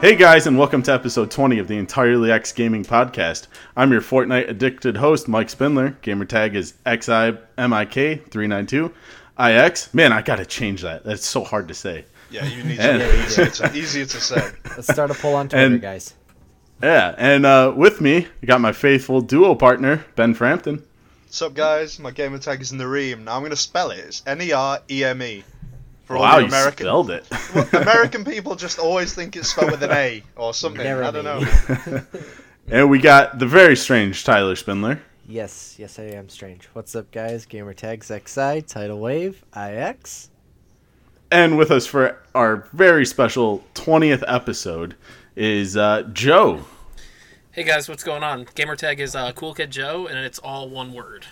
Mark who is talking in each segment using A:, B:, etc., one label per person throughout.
A: Hey guys, and welcome to episode 20 of the Entirely X Gaming Podcast. I'm your Fortnite addicted host, Mike Spindler. Gamertag is XIMIK392. IX. Man, I gotta change that. That's so hard to say.
B: Yeah, you need
A: And-
B: something easy. It's easy to say.
C: Let's start a poll on Twitter,
A: And-
C: guys.
A: Yeah, and uh, with me, I got my faithful duo partner, Ben Frampton.
B: What's up, guys? My gamer tag is Nareem. Now I'm going to spell it. It's N E R E M E. For all
A: Wow,
B: the
A: you
B: American.
A: spelled it.
B: American people just always think it's spelled with an A or something. I don't know.
A: and we got the very strange Tyler Spindler.
C: Yes, yes, I am strange. What's up, guys? Gamer tags XI, Tidal Wave, IX.
A: And with us for our very special 20th episode is uh, Joe.
D: Hey guys, what's going on? Gamertag is uh, Cool Kid Joe, and it's all one word.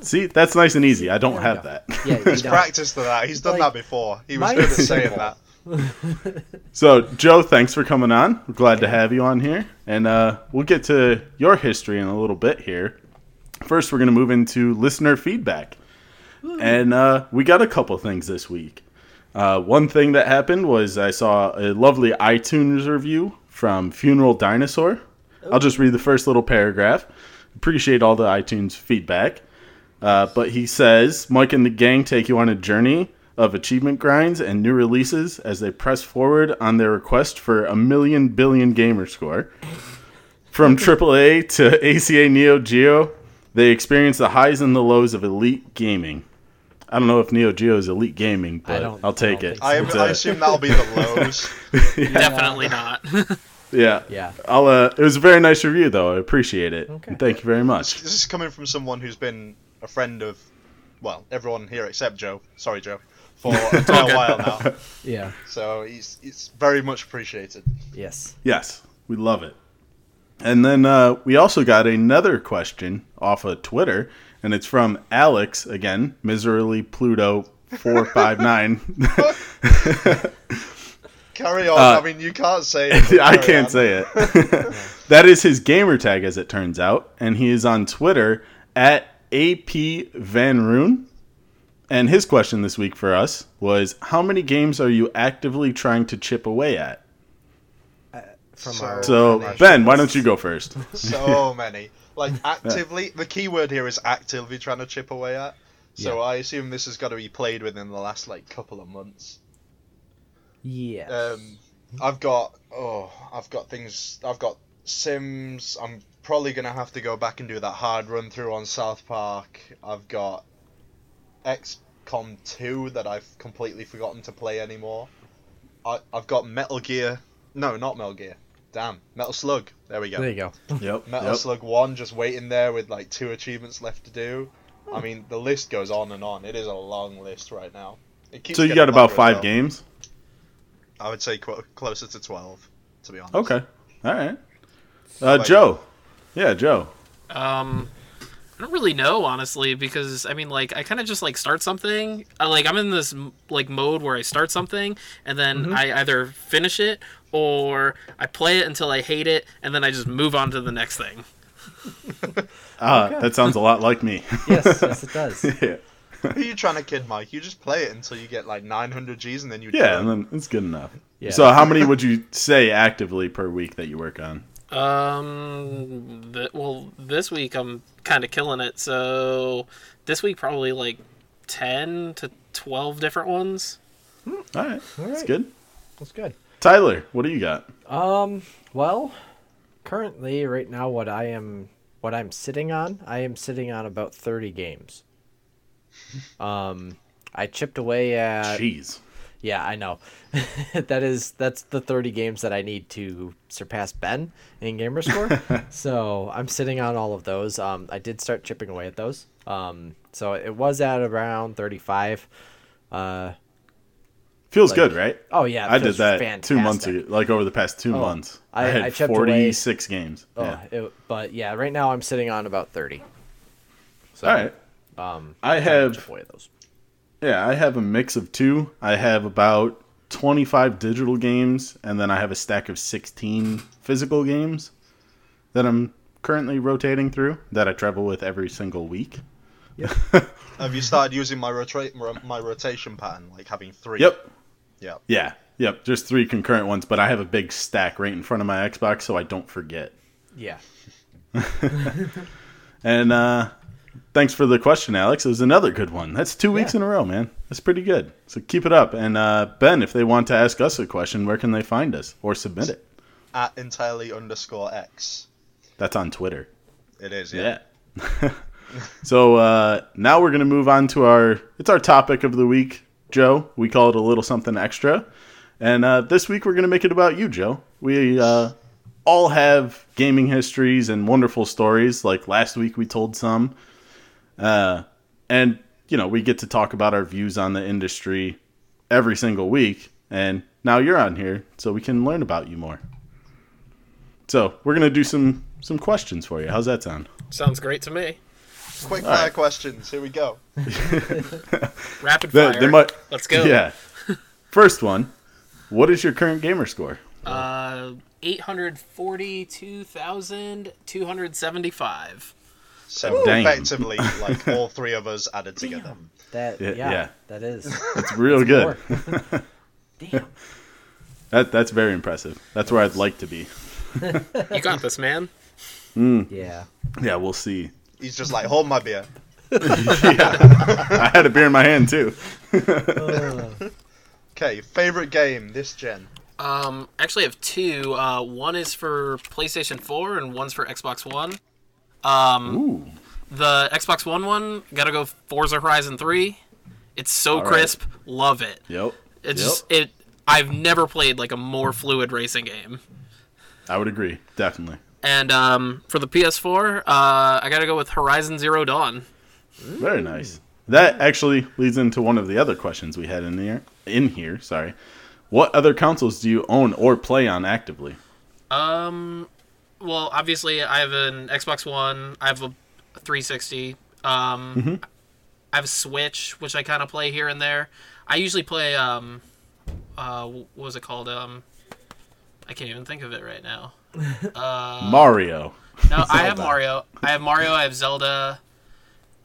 A: See, that's nice and easy. I don't
C: we
A: have
C: go.
A: that.
C: Yeah, you
B: He's
C: know.
B: practiced to that. He's done
C: Like,
B: that before. He was
C: mine
B: good at
C: is
B: saying
C: simple.
B: that.
A: So, Joe, thanks for coming on. We're glad to have you on here. And uh, we'll get to your history in a little bit here. First, we're going to move into listener feedback. And uh, we got a couple things this week. Uh, one thing that happened was I saw a lovely iTunes review from Funeral Dinosaur. I'll just read the first little paragraph. Appreciate all the iTunes feedback. Uh, but he says Mike and the gang take you on a journey of achievement grinds and new releases as they press forward on their request for a million billion gamer score. From AAA to ACA Neo Geo, they experience the highs and the lows of elite gaming. I don't know if Neo Geo is elite gaming, but
C: don't-
A: I'll
C: I
A: take
C: don't
A: it.
C: think
B: I,
A: It's,
B: I
A: uh,
B: assume that'll be the lows.
D: Definitely not.
A: yeah,
C: Yeah.
A: I'll. Uh, it was a very nice review, though. I appreciate it.
C: Okay.
A: Thank you very much.
B: this is coming from someone who's been a friend of, well, everyone here except Joe. Sorry, Joe. For a fair while now.
C: Yeah.
B: So he's, it's very much appreciated.
C: Yes.
A: Yes, we love it. And then uh, we also got another question off of Twitter, and it's from Alex again, miserly Pluto four five nine.
B: Carry on.
A: Uh,
B: I mean, you can't say it.
A: I
B: Carry
A: can't
B: on.
A: say it. that is his gamer tag, as it turns out, and he is on Twitter at ap van Roon. And his question this week for us was, "How many games are you actively trying to chip away at?"
C: From
B: So-
C: our
A: So um,
B: Gosh.
A: Ben, why don't you go first?
B: So many. Like actively, the key word here is actively trying to chip away at. So
C: Yeah.
B: I assume this has got to be played within the last like couple of months.
C: yeah.
B: Um, I've got oh, I've got things. I've got Sims. I'm probably gonna have to go back and do that hard run through on South Park. I've got XCOM 2 that I've completely forgotten to play anymore. I, I've got Metal Gear. No, not Metal Gear. Damn, Metal Slug. There we go.
C: there you go.
A: Yep.
B: Metal Slug 1 just waiting there with like two achievements left to do. I mean, the list goes on and on. It is a long list right now. It keeps
A: So you
B: getting
A: got about
B: longer as
A: five
B: well.
A: games.
B: I would say qu- closer to 12, to be honest.
A: Okay. All right. Uh,
B: Like-
A: Joe. Yeah, Joe.
D: Um, I don't really know, honestly, because I mean, like, I kind of just like start something. I, like, I'm in this m- like mode where I start something and then I either finish it or I play it until I hate it, and then I just move on to the next thing.
A: Uh, That sounds a lot like me.
C: Yes, yes, it does.
A: yeah.
B: Who are you trying to kid, Mike? You just play it until you get like 900 Gs and then you
A: Yeah,
B: do
A: and then it's good enough.
C: Yeah.
A: So how many would you say actively per week that you work on?
D: Um, th- well, this week I'm kind of killing it, so this week probably like ten to twelve different ones.
A: All right. That's
C: right.
A: good.
C: That's good.
A: Tyler, what do you got?
C: Um, well, currently, right now, what I am, what I'm sitting on, I am sitting on about 30 games. Um, I chipped away at
A: Jeez.
C: Yeah, I know. that is that's the 30 games that I need to surpass Ben in gamer score. so I'm sitting on all of those. Um, I did start chipping away at those. Um, so it was at around 35. Uh,
A: Feels
C: like-
A: good, right?
C: oh yeah, it
A: I did
C: feels
A: that two months
C: fantastic. Oh,
A: ago, like over the past two months. I,
C: I-
A: had
C: I chipped away-
A: 46 games.
C: Oh,
A: yeah.
C: it- but yeah, right now I'm sitting on about 30. So,
A: All right.
C: Um,
A: I
C: I'm trying to
A: have
C: chip away at those.
A: Yeah, I have a mix of two. I have about 25 digital games, and then I have a stack of 16 physical games that I'm currently rotating through that I travel with every single week.
B: it. Have you started using my, rota- ro- my rotation pattern, like having three?
A: Yep.
B: Yeah.
A: Yeah. Yep. Just three concurrent ones, but I have a big stack right in front of my Xbox, so I don't forget.
C: Yeah.
A: And uh, thanks for the question, Alex. It was another good one. That's two weeks
C: Yeah.
A: in a row, man. That's pretty good. So keep it up. And uh, Ben, if they want to ask us a question, where can they find us or submit it?
B: At entirely underscore X.
A: That's on Twitter.
B: It is. Yeah.
A: Yeah. so uh, now we're going to move on to our it's our topic of the week, Joe. We call it a little something extra, and uh, this week we're going to make it about you, Joe. We uh, all have gaming histories and wonderful stories. Like last week, we told some, uh, and you know we get to talk about our views on the industry every single week. And now you're on here, so we can learn about you more. So we're gonna do some some questions for you. How's that sound?
D: Sounds great to me.
B: Quick
A: All
B: fire
A: right.
B: questions. Here we go.
D: Rapid
A: They-
D: fire.
A: they might-
D: Let's go.
A: Yeah. First one. What is your current gamer score?
D: Uh, 842,275.
B: So
A: Dang.
B: effectively, like all three of us added together.
C: That
A: Yeah,
C: yeah,
A: yeah.
C: that is.
A: It's real good.
C: Four. Damn.
A: That that's very impressive. That's where I'd like to be.
D: You got this, man.
C: Yeah.
A: Yeah, we'll see.
B: He's just like, hold my beer.
A: I had a beer in my hand too.
B: Okay, favorite game this gen.
D: Um, actually, I have two. Uh, one is for PlayStation 4 and one's for Xbox One. Mm.
A: Ooh.
D: The Xbox One one, gotta go Forza Horizon 3. It's so
A: right.
D: crisp. Love it.
A: Yep.
D: It's
A: Yep.
D: just, it. I've never played like a more fluid racing game.
A: I would agree. Definitely.
D: And um, for the PS4, uh, I gotta go with Horizon Zero Dawn.
A: Very nice. That actually leads into one of the other questions we had in here. In here, sorry. What other consoles do you own or play on actively?
D: Well, obviously, I have an Xbox One. I have a 360. Um,
A: Mm-hmm.
D: I have a Switch, which I kind of play here and there. I usually play um, uh, wh- what was it called? Um, I can't even think of it right now. Uh,
A: Mario.
D: No, I have
C: Zelda.
D: Mario. I have Mario. I have Zelda.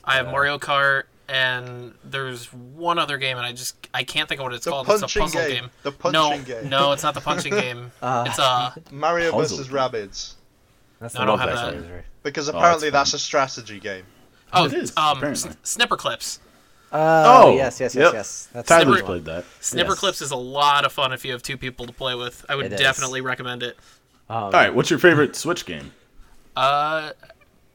D: I have Mario Kart, and there's one other game, and I just I can't think of what it's
B: The
D: called. it's a
B: punching
D: puzzle
B: game.
D: game.
B: The
D: no,
B: punching game.
D: no, it's not the punching game. it's uh,
B: Mario
A: Puzzle
B: versus
A: game. Oh,
B: Rabbids.
C: That's
D: No,
C: the
D: I don't
C: one
D: have
C: I
D: that.
C: was right.
B: Because
A: that's
B: apparently
A: fun.
B: that's, a strategy game.
D: oh,
A: It is,
D: um,
A: apparently.
D: S- Snipper Clips.
C: Oh, yes, yes, yes,
A: yep.
C: yes. That's the
A: Tyler's
C: one.
A: played that.
D: Snipper
C: Yes.
D: Clips is a lot of fun if you have two people to play with. I would
C: It is.
D: definitely recommend it.
A: All right. What's your favorite Switch game?
D: Uh,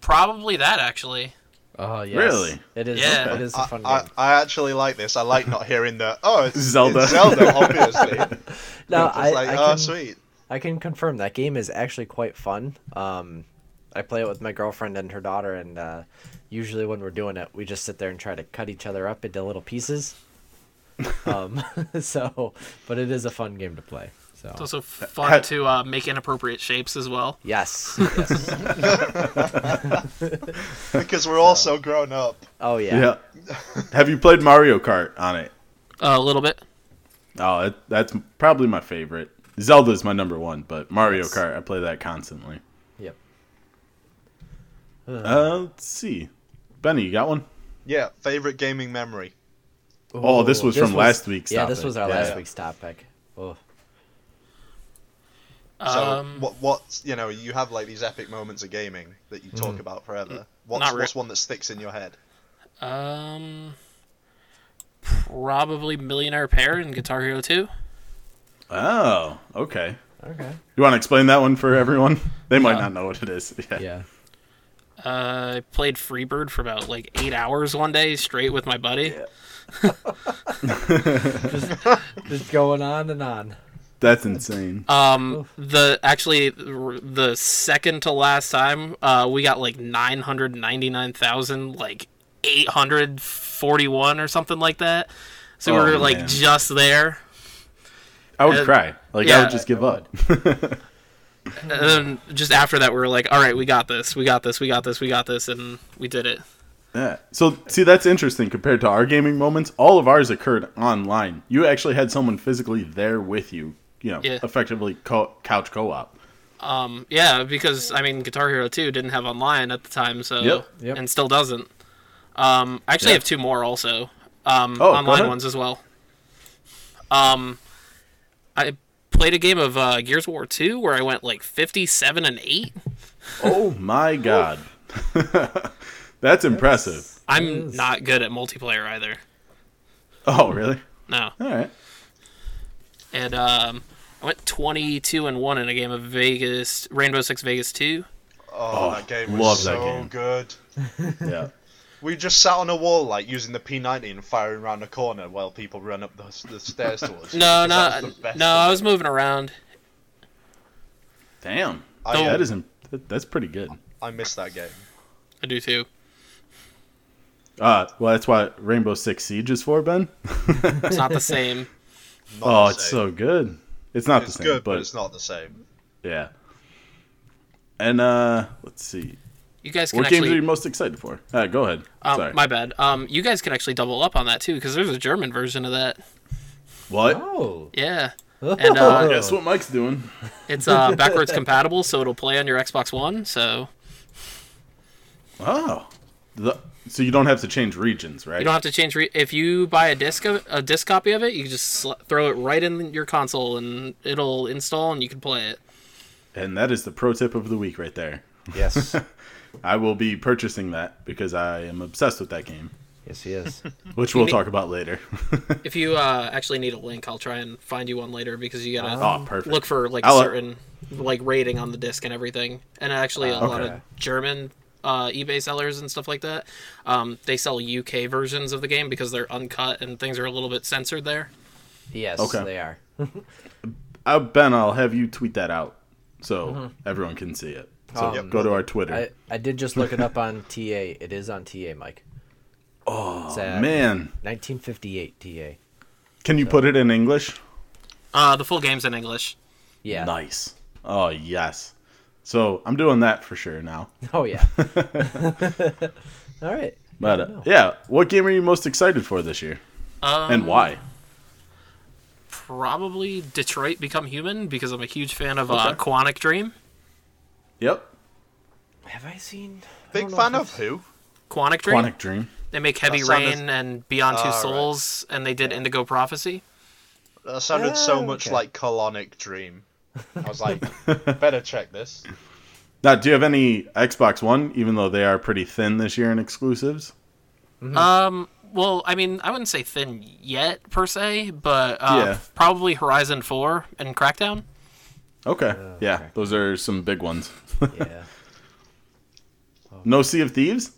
D: probably that actually.
C: Oh yes.
A: Really?
C: It is.
D: Yeah.
C: It is a
B: I,
C: fun
B: I,
C: game.
B: I actually like this. I like not hearing the oh it's
A: Zelda.
B: it's Zelda, obviously. It's
C: No, I,
B: like
C: I
B: oh
C: can,
B: sweet.
C: I can confirm that game is actually quite fun. Um, I play it with my girlfriend and her daughter, and uh, usually when we're doing it, we just sit there and try to cut each other up into little pieces. Um, so, but it is a fun game to play. So,
D: It's also fun to uh, make inappropriate shapes as well.
C: yes, yes.
B: Because we're all so grown up.
C: Oh yeah.
A: Yeah. Have you played Mario Kart on it?
D: Uh, a little bit.
A: Oh, it, that's probably my favorite. Zelda's my number one, but Mario
C: Yes.
A: Kart, I play that constantly.
C: Yep.
A: Uh, let's see. Benny, you got one?
B: Yeah, favorite gaming memory.
A: Oh, this
C: Ooh,
A: was from last week's
C: Yeah,
A: topic.
C: this was our
A: Yeah.
C: last week's topic. Oh,
B: So
D: Um,
B: what what you know, you have like these epic moments of gaming that you
C: Hmm.
B: talk about forever. What's,
D: Not re-
B: what's one that sticks in your head?
D: Um, probably Millionaire Pair and Guitar Hero 2.
A: Oh, okay.
C: okay.
A: You want to explain that one for everyone? They might not know what it is. Yeah.
C: Yeah.
D: Uh, I played Freebird for about like eight hours one day straight with my buddy.
C: Just going on and on.
A: That's insane.
D: Um, the actually the second to last time, uh, we got like nine hundred ninety nine thousand, like eight hundred forty one or something like that. So we
A: Oh,
D: were like
A: man.
D: just there.
A: I would
D: uh,
A: cry. Like, I
D: yeah,
A: would just give up.
D: And then just after that, we were like, all right, we got this, we got this, we got this, we got this, and we did it.
A: Yeah. So see, that's interesting compared to our gaming moments. All of ours occurred online. You actually had someone physically there with you. You know,
D: Yeah.
A: effectively co- couch co-op.
D: Um, yeah, because I mean, Guitar Hero 2 didn't have online at the time, so
A: Yep.
C: Yep.
D: and still doesn't. Um, I actually
A: Yeah.
D: have two more also, um,
A: Oh, go
D: online
A: ahead.
D: ones as well. Um, I played a game of uh, Gears of War Two where I went like fifty-seven and eight.
A: Oh my god. That's impressive.
D: I'm not good at multiplayer either.
A: Oh, really?
D: No,
A: All right.
D: and um, I went twenty-two and one in a game of Vegas Rainbow Six Vegas Two.
B: Oh,
A: Oh,
B: that game was
A: love that
B: so
A: game.
B: good.
A: Yeah.
B: We just sat on a wall, like using the P90 and firing around a corner while people ran up the, the stairs to us.
D: No,
B: Because that
D: no, uh,
B: was the best
D: no.
B: of
D: I was
B: it.
D: moving around.
A: Damn.
B: I,
A: That is imp- that- that's pretty good.
B: I missed that game.
D: I do too.
A: Uh, well, that's what Rainbow Six Siege is for, Ben.
D: It's not the same.
B: Not
A: Oh,
B: the
A: it's
B: same.
A: so good. It's not
B: It's
A: the same,
B: good,
A: but,
B: but it's not the same.
A: yeah. And uh, let's see.
D: You guys can
A: What games
D: actually.
A: are you most excited for? Uh, go ahead. Sorry.
D: um, my bad. Um, you guys can actually double up on that too because there's a German version of that.
A: what?
C: Oh.
D: Yeah, and uh,
A: I guess what Mike's doing.
D: it's uh, backwards compatible, so it'll play on your Xbox One. So
A: Oh. The- so you don't have to change regions, right?
D: you don't have to change. Re- if you buy a disc of, a disc copy of it, you can just sl- throw it right in your console and it'll install and you can play it.
A: and that is the pro tip of the week right there.
C: yes.
A: I will be purchasing that because I am obsessed with that game,
C: Yes, he is.
A: which we'll
D: mean-
A: talk about later.
D: If you uh, actually need a link, I'll try and find you one later because you gotta
A: oh, perfect.
D: look for like
A: I'll-
D: certain like rating on the disc and everything and actually a lot
A: Okay.
D: of german uh, ebay sellers and stuff like that um, they sell uk versions of the game because they're uncut and things are a little bit censored there
C: Yes,
A: Okay.
C: they are.
A: I, ben, I'll have you tweet that out so everyone can see it. So
C: Um,
B: Yep.
A: go to our Twitter.
C: I, I did just look it up on TA. It is on TA, Mike. Oh,
A: Man,
C: 1958 TA.
A: can you put it in English?
D: uh, the full game's in english
C: Yeah.
A: Nice. Oh yes. So I'm doing that for sure now.
C: Oh yeah. All right.
A: But uh, yeah, what game are you most excited for this year,
D: um,
A: and why?
D: probably detroit become human because i'm a huge fan of uh,
A: Okay.
D: quantic dream
A: Yep.
C: Have I seen? I
B: Big
C: don't know
B: fan
C: if
B: of who?
D: quantic dream
A: Quantic Dream.
D: they make heavy
B: That sounded-
D: rain and beyond two
B: Ah, right.
D: souls and they did indigo prophecy
B: That sounded so
C: Oh,
B: much
C: okay.
B: like Colonic Dream. I was like, better check this.
A: Now, do you have any Xbox One? Even though they are pretty thin this year in exclusives.
D: Um, well, I mean, I wouldn't say thin yet per se, but uh,
A: Yeah.
D: probably Horizon Four and Crackdown.
A: Okay. yeah,
C: okay.
A: those are some big ones.
C: Yeah.
A: no Sea of Thieves.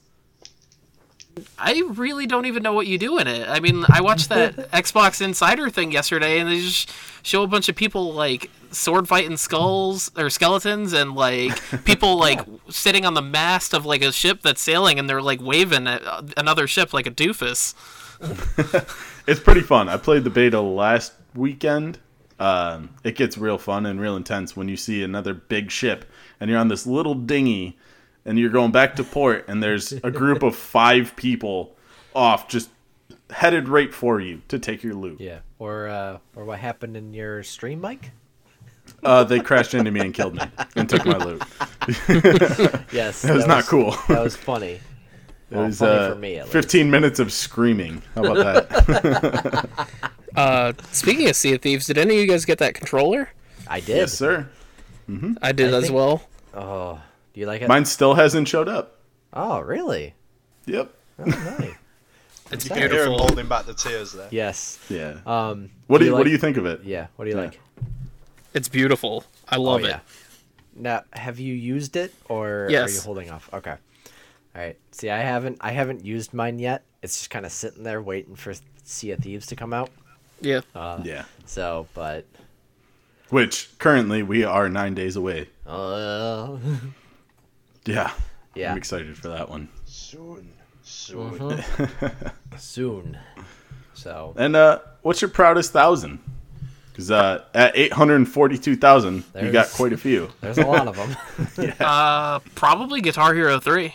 D: I really don't even know what you do in it. I mean, I watched that Xbox Insider thing yesterday, and they just show a bunch of people like sword fighting skulls or skeletons, and like people like sitting on the mast of like a ship that's sailing, and they're like waving at uh, another ship like a doofus.
A: It's pretty fun. I played the beta last weekend. Um, it gets real fun and real intense when you see another big ship and you're on this little dinghy and you're going back to port and there's a group of five people off just headed right for you to take your loot.
C: Yeah. Or uh, or what happened in your stream, Mike?
A: Uh, they crashed into me and killed me and took my loot.
C: Yes.
A: That was not cool.
C: That was funny.
A: It
C: well,
A: was
C: funny
A: uh,
C: for me, at least.
A: 15 minutes of screaming. How about that?
D: Uh, speaking of Sea of Thieves, did any of you guys get that controller?
C: I did.
A: yes, sir.
D: I did
C: I
D: as
C: think-
D: well.
C: Oh, do you like it?
A: Mine still hasn't showed up.
C: Oh, really?
A: Yep.
C: Oh, nice.
D: It's
B: You can hear him
D: beautiful.
B: holding back the tears there.
C: yes.
A: Yeah.
C: Um.
A: what do you,
C: like-
A: what do you think of it?
C: Yeah. What do you
A: Yeah.
C: like?
D: It's beautiful. I love
C: oh,
D: it.
C: yeah. Now, have you used it or are you
D: Yes.
C: holding off? Okay. All right. See, I haven't I haven't used mine yet. It's just kind of sitting there waiting for Sea of Thieves to come out.
D: Yeah. Oh,
A: Yeah.
C: So, but
A: Which currently we are nine days away.
C: uh,
A: Yeah.
C: Yeah.
A: I'm excited for that one.
B: Soon. Soon.
C: Mm-hmm. soon. So
A: And uh, what's your proudest thousand? Because uh, at 842,000, you got
C: There's-
A: quite a few.
C: there's a lot of them.
D: Uh, probably Guitar Hero 3.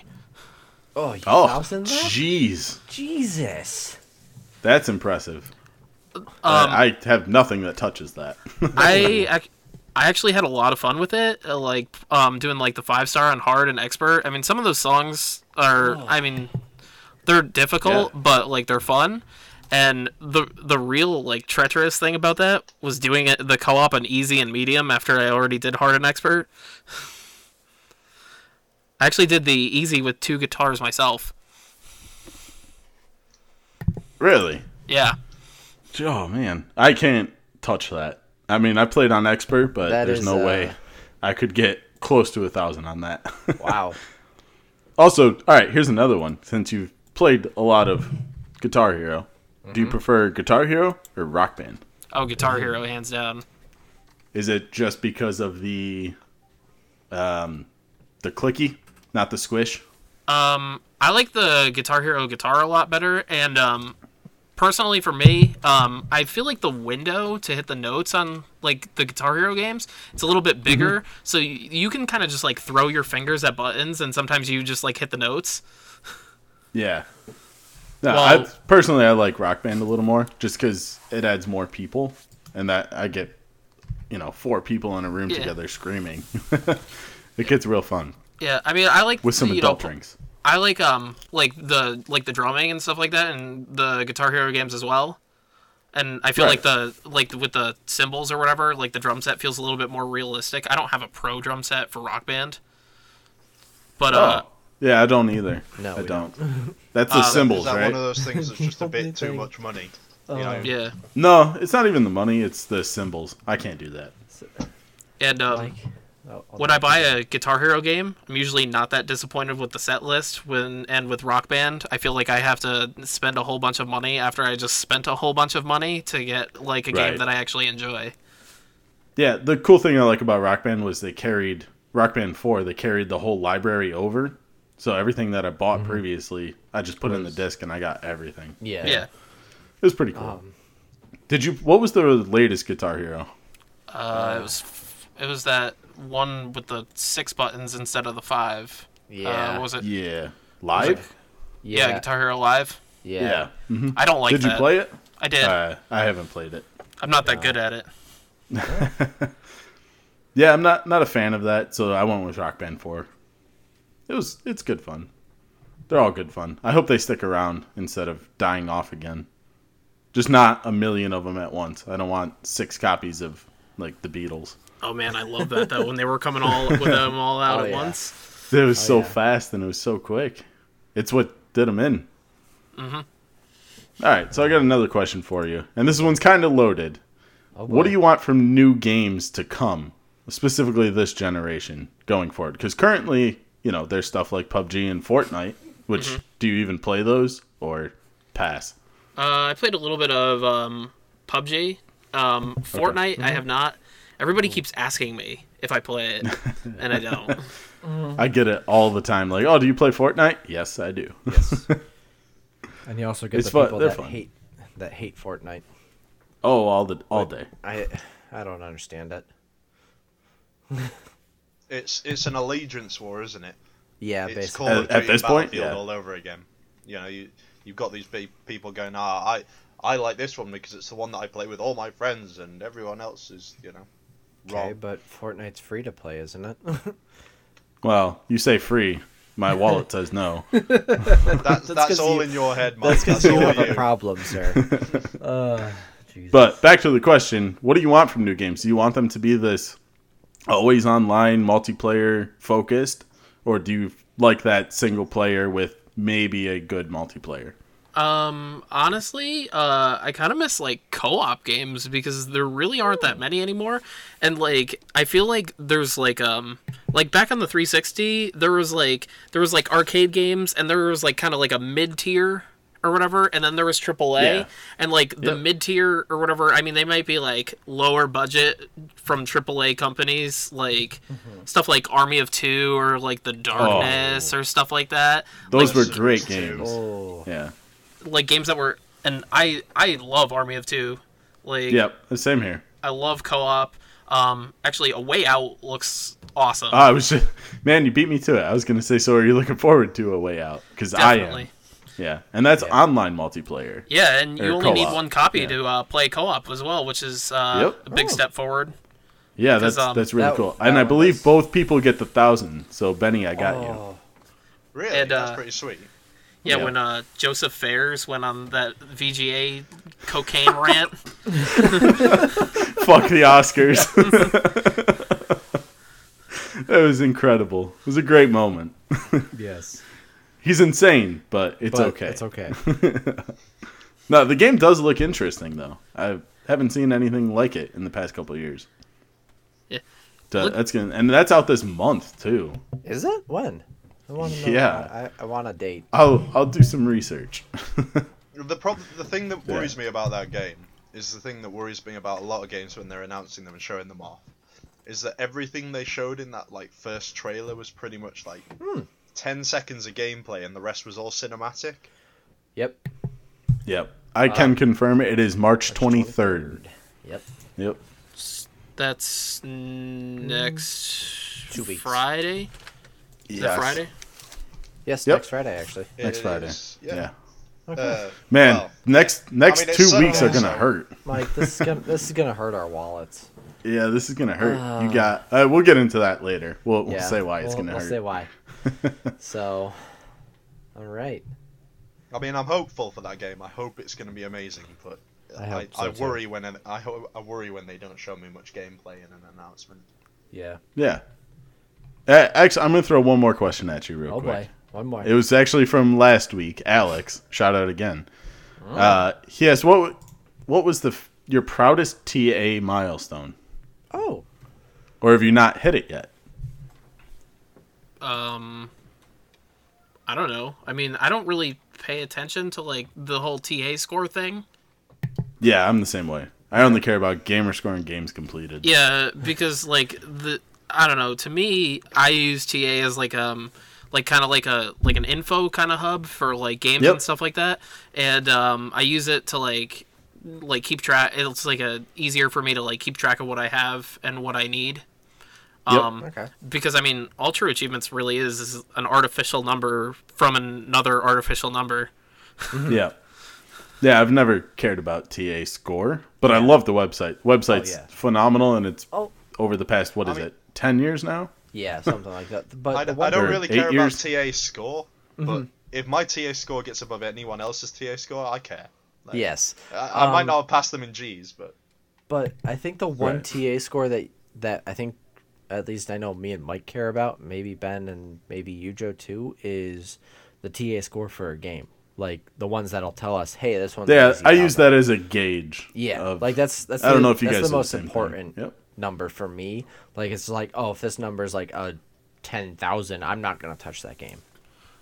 C: oh, you
A: Oh,
C: thousand left?
A: jeez.
C: Jesus.
A: That's impressive. I I have nothing that touches that.
D: I, ac- I actually had a lot of fun with it, uh, like um, doing like the five star on hard and expert. I mean, some of those songs are, I mean, they're difficult,
A: Yeah.
D: but like they're fun. And the the real like treacherous thing about that was doing it the co-op on easy and medium after I already did hard and expert. I actually did the easy with two guitars myself.
A: Really?
D: Yeah.
A: Oh man, I can't touch that. I mean, I played on expert, but
C: That
A: there's
C: is,
A: no
C: uh,
A: way I could get close to a thousand on that.
C: Wow.
A: also, all right, here's another one. Since you've played a lot of Guitar Hero, do
C: Mm-hmm.
A: you prefer Guitar Hero or Rock Band?
D: Oh, Guitar Hero hands down.
A: Is it just because of the um the clicky, not the squish?
D: Um, I like the Guitar Hero guitar a lot better, and um, personally for me, um, I feel like the window to hit the notes on like the Guitar Hero games, it's a little
A: Mm-hmm.
D: bit bigger, so you, you can kind of just like throw your fingers at buttons, and sometimes you just like hit the notes.
A: Yeah. No, I,
D: Well-
A: personally, I like Rock Band a little more just because it adds more people, and that I get, you know, four people in a room
D: Yeah.
A: together screaming. it gets real fun
D: Yeah, I mean, I like
A: with some
D: you
A: adult
D: know,
A: drinks.
D: I like um like the like the drumming and stuff like that and the Guitar Hero games as well. And I feel
A: Right.
D: like the like with the cymbals or whatever, like the drum set feels a little bit more realistic. I don't have a pro drum set for Rock Band. But uh
A: Oh. Yeah, I don't either.
C: No,
A: I
C: we
A: don't. That's the
B: Is
A: symbols,
B: that
A: right?
B: one of those things that's just a bit too
C: Thing.
B: much money?
C: Oh.
B: you know,
D: yeah.
A: No, it's not even the money. It's the symbols. I can't do that.
D: And um
C: Like, oh, I'll-
D: when I buy a Guitar Hero game, I'm usually not that disappointed with the set list when and with Rock Band, I feel like I have to spend a whole bunch of money after I just spent a whole bunch of money to get like a
A: Right.
D: game that I actually enjoy.
A: Yeah, the cool thing I like about Rock Band was they carried Rock Band 4, they carried the whole library over. So everything that I bought previously, I just put in the
C: Was-
A: disc and I got everything.
C: yeah.
D: yeah.
A: It was pretty cool.
C: Um,
A: Did you? What was the latest Guitar Hero?
D: Uh, it was f- it was that one with the six buttons instead of the five. Uh,
C: Yeah.
D: what was it?
A: Yeah, live.
D: Yeah,
C: yeah.
D: Guitar Hero Live.
C: yeah.
A: Yeah. Mhm.
D: I don't like
A: Did you
D: that.
A: play it?
D: I did.
A: Uh, I haven't played it.
D: I'm not that good at it.
A: Yeah, I'm not not a fan of that, so I went with Rock Band Four. It was it's good fun. They're all good fun. I hope they stick around instead of dying off again. Just not a million of them at once. I don't want six copies of like the Beatles.
D: Oh man, I love that though. when they were coming all with them all out
C: Oh,
D: at
C: yeah.
D: once.
A: It was so
C: Oh, yeah.
A: fast and it was so quick. It's what did them in. Mm-hmm.
C: Mm-hmm.
A: right, so I got another question for you, and this one's kind of loaded.
C: Oh,
A: What
C: boy.
A: do you want from new games to come, specifically this generation going forward? Because currently, you know, there's stuff like PUBG and Fortnite. Which
C: Mm-hmm.
A: do you even play those or pass?
D: Uh, I played a little bit of um, PUBG, um, Fortnite. I
C: Mm-hmm.
D: have not. Everybody keeps asking me if I play it, and I don't.
C: Mm-hmm.
A: I get it all the time. Like, oh, do you play Fortnite? Yes, I do.
C: Yes. and you also get
A: It's
C: the
A: fun-
C: people
A: they're
C: that
A: fun.
C: hate that hate Fortnite.
A: oh, all the all day.
C: I I don't understand it.
B: It's it's an allegiance war, isn't it?
C: Yeah,
B: It's
C: basically.
B: Call of
A: At- at
B: Duty
A: this point,
B: Battlefield
A: yeah.
B: all over again. You know, you you've got these pe- people going, ah, I I like this one because it's the one that I play with all my friends, and everyone else is, you know, wrong.
C: Okay, but Fortnite's free to play, isn't it?
A: Well, you say free. My wallet says no.
B: that's that's,
C: 'cause
B: all
C: you-
B: in your head, Mike.
C: That's
B: That's,
C: because you
B: all
C: have a
B: you.
C: problem, sir. Uh, Jesus.
A: But back to the question: What do you want from new games? Do you want them to be this always online, multiplayer focused, or do you like that single player with maybe a good multiplayer?
D: Um, honestly, uh, I kind of miss like co-op games because there really aren't
A: Hmm.
D: that many anymore, and like I feel like there's like um like back on the 360 there was like there was like arcade games and there was like kind of like a mid tier or whatever, and then there was AAA
A: Yeah.
D: and like the
A: Yep.
D: mid tier or whatever. I mean, they might be like lower budget from AAA companies, like
A: Mm-hmm.
D: stuff like Army of Two or like The Darkness or stuff like that.
A: Oh. Those
B: Like
A: were great
B: Sims two.
A: games.
C: oh,
A: Yeah.
D: like games that were and I I love Army of Two. Like
A: Yep. The same here.
D: I love co-op. Um actually A Way Out looks awesome.
A: Ah, I was just, man, you beat me to it. I was gonna say, so are you looking forward to a way out? Because I am.
D: Definitely.
A: Yeah, and that's online multiplayer.
D: Yeah, and you
A: Or
D: only need
A: co-op,
D: one copy
A: yeah.
D: to uh, play co-op as well, which is uh,
A: Yep.
D: a big
C: Oh.
D: step forward.
A: Yeah,
D: 'Cause,
A: that's
D: um,
A: that's really
C: that-
A: cool.
C: that
A: And I
C: one
A: believe
C: was-
A: both people get the thousand. So Benny, I got you.
C: oh,
B: Really,
D: And, uh,
B: that's pretty sweet.
D: Yeah, when uh, Joseph Fares went on that VGA cocaine rant.
A: Fuck the Oscars. that was incredible. It was a great moment.
C: Yes.
A: He's insane, but it's
C: But
A: okay.
C: It's okay.
A: No, the game does look interesting though. I haven't seen anything like it in the past couple of years.
D: Yeah.
A: So
D: Look-
A: that's gonna, and that's out this month too.
C: Is it? When? I want to know.
A: Yeah.
C: I, I want a date.
A: I'll I'll do some research.
B: The problem, the thing that
A: Yeah.
B: worries me about that game is the thing that worries me about a lot of games when they're announcing them and showing them off, is that everything they showed in that like first trailer was pretty much like
A: Hmm.
B: ten seconds of gameplay, and the rest was all cinematic.
C: Yep.
A: yep, I can confirm it. It is March twenty third.
C: Yep.
A: Yep.
D: That's next
C: Two weeks.
D: Friday. Is that Friday?
C: Yes,
A: Yep.
C: next Friday actually.
A: Next
B: It
A: Friday.
B: is-
A: Yeah.
C: Okay.
B: Uh,
A: Man,
B: well,
A: next next
B: mean, it's
A: two
B: Sunday,
A: weeks are gonna
B: so-
A: hurt.
C: Mike, this is gonna this is gonna hurt our wallets.
A: Yeah, this is gonna hurt.
C: Ah.
A: you got. Uh, we'll get into that later. We'll, we'll say why it's
C: we'll-
A: gonna
C: we'll
A: hurt.
C: say why. so, all right.
B: I mean, I'm hopeful for that game. I hope it's going to be amazing, but
C: I
B: I,
C: hope
B: I,
C: so, too.
B: worry when an, I, ho- I worry when they don't show me much gameplay in an announcement.
C: Yeah.
A: Yeah. Uh, actually, I'm gonna throw one more question at you real
C: Oh
A: quick.
C: boy. One more.
A: It was actually from last week. Alex, shout out again. Uh, he asked, "What what was the f- your proudest TA milestone,
C: oh.
A: or have you not hit it yet?"
D: Um, I don't know. I mean, I don't really pay attention to like the whole TA score thing.
A: Yeah, I'm the same way. I only care about gamer score and games completed.
D: Yeah, because like the I don't know. To me, I use TA as like um like kind of like a like an info kind of hub for like games
A: Yep.
D: and stuff like that, and um I use it to like like keep track. It's like a easier for me to like keep track of what I have and what I need.
A: Yep.
D: Um,
C: Okay.
D: because I mean, all true achievements really is, is an artificial number from another artificial number.
A: yeah. Yeah, I've never cared about TA score, but I love the website. Website's
C: Oh, yeah.
A: phenomenal, and it's
C: Oh.
A: over the past what is
B: mean-
A: it, ten years now?
C: Yeah, something like that. But
B: I,
C: the
B: d- I
C: one-
B: don't
A: Or
B: really
A: eight
B: care
A: years?
B: about TA score, but if my TA score gets above anyone else's TA score, I care. Like,
C: yes.
B: I, I might
C: Um,
B: not pass them in G's, but
C: But I think the one
A: Right.
C: TA score that that I think at least I know me and Mike care about, maybe Ben and maybe you Joe too, is the TA score for a game. Like the ones that'll tell us, hey, this one's
A: Yeah,
C: easy,
A: I use
C: blah,
A: that as a gauge.
C: blah. Yeah,
A: of-
C: like that's that's.
A: I don't know if you guys
C: that's
A: do
C: the
A: the
C: most
A: same thing.
C: important
A: Yep.
C: number for me. Like it's like, oh, if this number is like a ten thousand, I'm not gonna touch that game.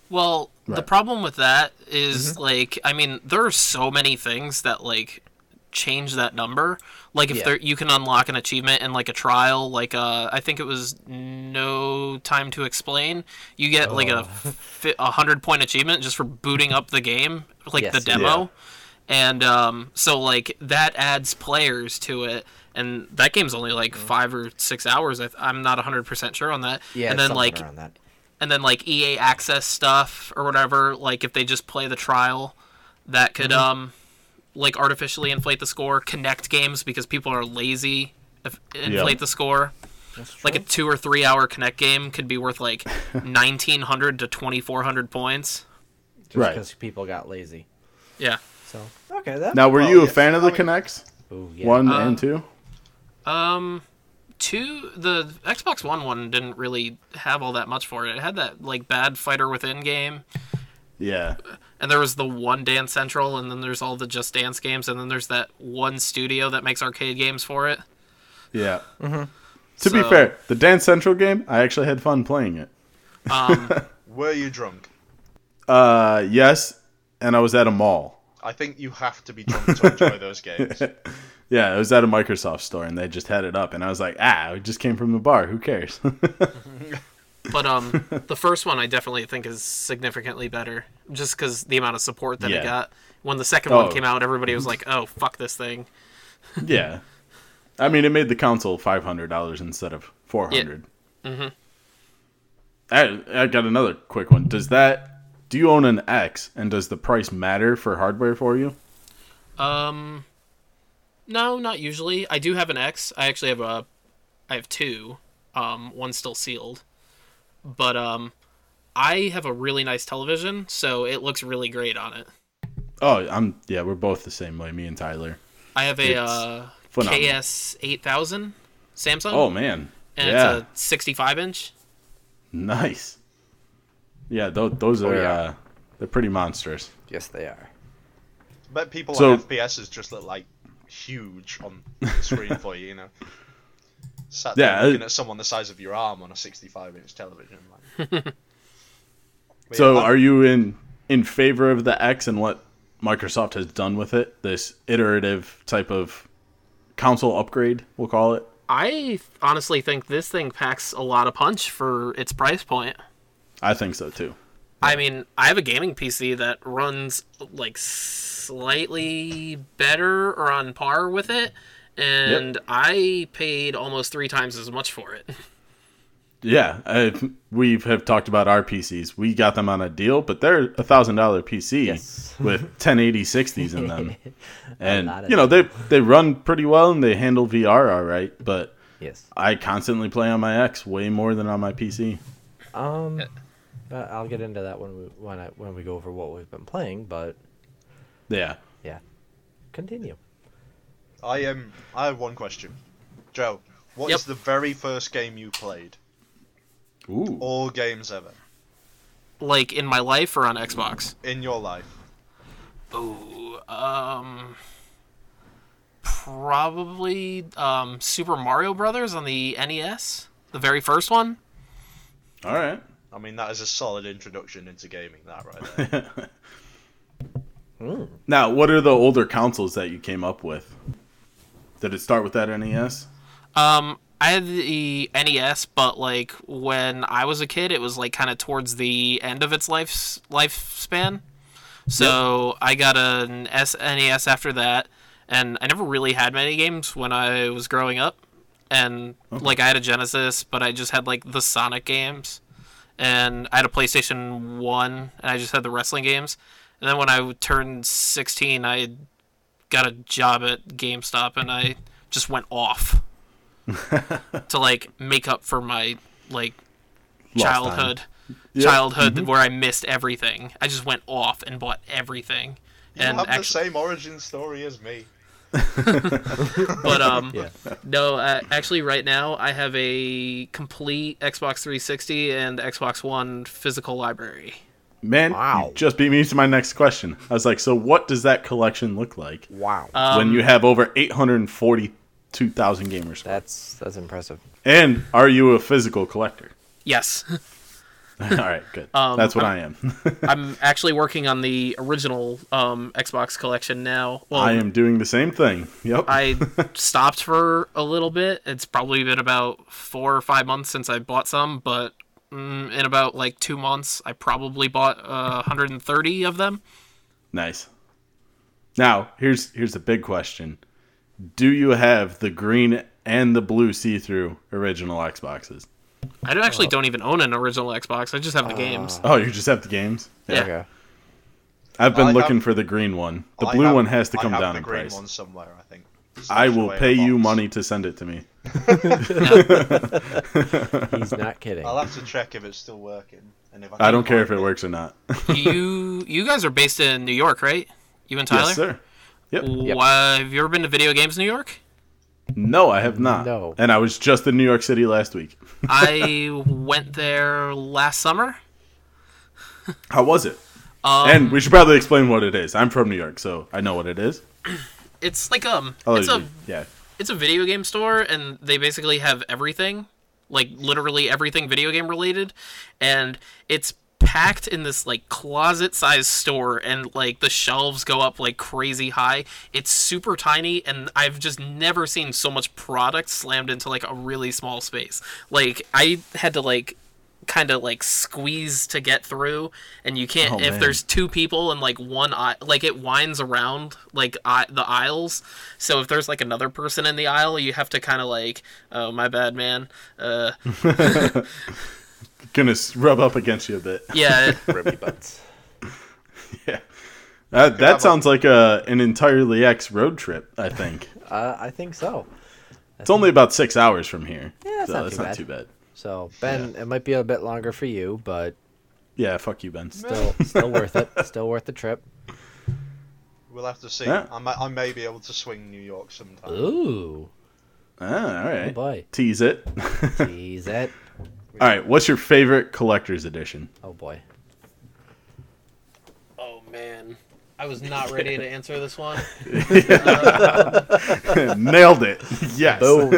D: Well, the
A: Right.
D: problem with that
C: Mm-hmm.
D: is, like, I mean, there are so many things that like change that number. Like, if
C: Yeah.
D: there you can unlock an achievement in like a trial, like uh, I think it was no time to explain. You get like a
C: Oh.
D: fi- a hundred point achievement just for booting up the game, like the
C: Yes.
D: demo. And um, so like that adds players to it, and that game's only
C: Mm.
D: like five or six hours. I th- I'm not 100 percent sure on that.
C: Yeah,
D: and then
C: something
D: like
C: around that.
D: and then like EA access stuff or whatever, like if they just play the trial, that could um like artificially inflate the score, connect games because people are lazy, if, inflate the score. Like a 2 or 3 hour connect game could be worth like 1900 to 2400 points.
C: Just
A: Right.
C: because people got lazy.
D: Yeah.
C: So okay, that
A: Now, were
B: Well,
A: you a
B: yeah.
A: fan of the
B: I mean-
A: Connects?
C: Ooh, yeah.
A: One and two?
D: Two the Xbox One one didn't really have all that much for it. It had that like bad fighter within game
A: Yeah.
D: and there was the one Dance Central, and then there's all the Just Dance games, and then there's that one studio that makes arcade games for it.
A: Yeah.
C: mm-hmm.
A: To be
D: So-
A: fair, the Dance Central game, I actually had fun playing it.
D: Um,
B: were you drunk?
A: Uh, yes, and I was at a mall.
B: I think you have to be drunk to enjoy those games.
A: Yeah, it was at a Microsoft store, and they just had it up, and I was like, ah, it just came from the bar. Who cares?
D: but um, the first one I definitely think is significantly better, just because the amount of support that
A: Yeah.
D: it got. When the second
A: Oh.
D: one came out, everybody was like, "Oh, fuck this thing."
A: yeah. I mean, it made the console five hundred dollars instead of four hundred. Mm-hmm. I I got another quick one. Does that? Do you own an X, and does the price matter for hardware for you?
D: Um, no, not usually. I do have an X. I actually have a, I have two. Um, one's still sealed, but um, I have a really nice television, so it looks really great on it.
A: Oh, I'm yeah. We're both the same way. Me and Tyler.
D: I have a
A: It's
D: uh,
A: phenomenal.
D: KS eight thousand Samsung.
A: Oh man.
D: and
A: yeah.
D: it's a sixty-five inch.
A: Nice. Yeah. Th- those are
C: yeah.
A: uh, they're pretty monstrous.
C: Yes, they are.
B: But people
A: So-
B: on FPSs just look like huge on the screen for you, you know. Sat there
A: Yeah,
B: looking
A: I-
B: at someone the size of your arm on a 65 inch television. Like. But
A: So
B: yeah,
A: are you in in favor of the X and what Microsoft has done with it? This iterative type of console upgrade, we'll call it.
D: I honestly think this thing packs a lot of punch for its price point.
A: I think so too.
D: I mean, I have a gaming PC that runs like slightly better or on par with it, and I paid almost three times as much for it.
A: Yeah, I, we have talked about our PCs. We got them on a deal, but they're a thousand dollar PC
C: Yes.
A: with 1080 60s in them, and
C: lot of
A: you know they they run pretty well and they handle VR all right. But
C: Yes.
A: I constantly play on my X way more than on my PC.
C: Um, but I'll get into that when we when I, when we go over what we've been playing. But
A: Yeah,
C: yeah, continue.
B: I am. I have one question, Joe. What is
D: Yep.
B: the very first game you played?
A: ooh,
B: All games ever
D: Like in my life or on Xbox.
B: in your life.
D: Oh, um, probably um, Super Mario Brothers on the NES, the very first one.
A: all right.
B: I mean, that is a solid introduction into gaming. That right there.
A: Now, what are the older consoles that you came up with? Did it start with that E NES?
D: Um, I had the NES, but like when I was a kid, it was like kind of towards the end of its life's lifespan. So I got an SNES after that, and I never really had many games when I was growing up. And like I had a Genesis, but I just had like the Sonic games, and I had a PlayStation One, and I just had the wrestling games. And then when I turned 16, I got a job at GameStop, and I just went off to like make up for my like
A: Lost time.
D: childhood childhood
A: Mm-hmm.
D: where I missed everything. I just went off and bought everything.
B: You
D: and
B: have
D: actually,
B: the same origin story as me.
D: but um
C: Yeah.
D: no, uh, actually right now I have a complete Xbox 360 and Xbox 1 physical library.
A: Man,
C: Wow.
A: you just beat me to my next question. I was like, so what does that collection look like
C: Wow.
A: when
B: Um,
A: you have over 842,000 gamers?
C: that's that's impressive.
A: And are you a physical collector?
D: Yes.
A: All right, good.
B: Um,
A: That's what i am.
D: I'm actually working on the original um Xbox collection now. Well,
A: I am doing the same thing. Yep.
D: I stopped for a little bit. It's probably been about four or five months since I bought some, but mm, in about like two months, I probably bought uh, 130 of them.
A: nice. Now, here's here's the big question. Do you have the green and the blue see-through original Xboxes?
D: I don't- actually don't even own an original Xbox. I just have the games.
A: Oh, you just have the games?
D: Yeah.
C: Okay.
A: I've been
B: I have-
A: looking for the green one. The
B: I
A: blue
B: have-
A: one has to
B: I
A: come
B: have
A: down
B: the
A: in
B: green
A: price.
B: one somewhere, I think.
A: I
B: Stashed
A: will
B: away in a
A: pay you
B: box.
A: money to send it to me.
C: He's not kidding.
B: I'll have to check if it's still working. And if I,
A: I
B: can
A: don't care if
B: find
A: it works or not.
D: you you guys are based in New York, right? You and Tyler.
A: yes, sir. Yep.
D: Why- have you ever been to Video Games New York?
A: No, I have not.
C: No.
A: And I was just in New York City last week.
D: I went there last summer.
A: How was it?
D: Um,
A: and we should probably explain what it is. I'm from New York, so I know what it is.
D: It's like um,
A: Oh,
D: it's a
A: you- yeah.
D: it's a video game store and they basically have everything like literally everything video game related and it's packed in this like closet sized store and like the shelves go up like crazy high it's super tiny and i've just never seen so much product slammed into like a really small space like i had to like kind of like squeeze to get through and you can't
A: Oh,
D: if
A: man.
D: there's two people and like one aisle like it winds around like I- the aisles so if there's like another person in the aisle you have to kind of like oh my bad man uh
A: Gonna s- rub up against you a bit. Uh,
D: yeah it-
C: Ribby butts.
A: yeah. That,
B: have
A: that
B: a-
A: sounds like a, an entirely X road trip, I think.
C: Uh, I think so.
A: it's only about six hours from here.
C: Yeah, it's
A: so
C: not
A: that's
C: too
A: not
C: bad.
A: too bad.
C: So Ben, it might be a bit longer for you, but
A: Yeah, fuck you, Ben.
C: Still, still worth it. Still worth the trip.
B: We'll have to see.
A: Yeah.
B: I, may, I may be able to swing New York sometime.
C: Ooh,
A: Ah, all
C: oh
A: right.
C: boy,
A: Tease it. all
C: jeez, it.
A: right. What's your favorite collector's edition?
C: Oh boy.
D: Oh man, I was not ready to answer this one.
A: Nailed it. Yes.
C: Boom.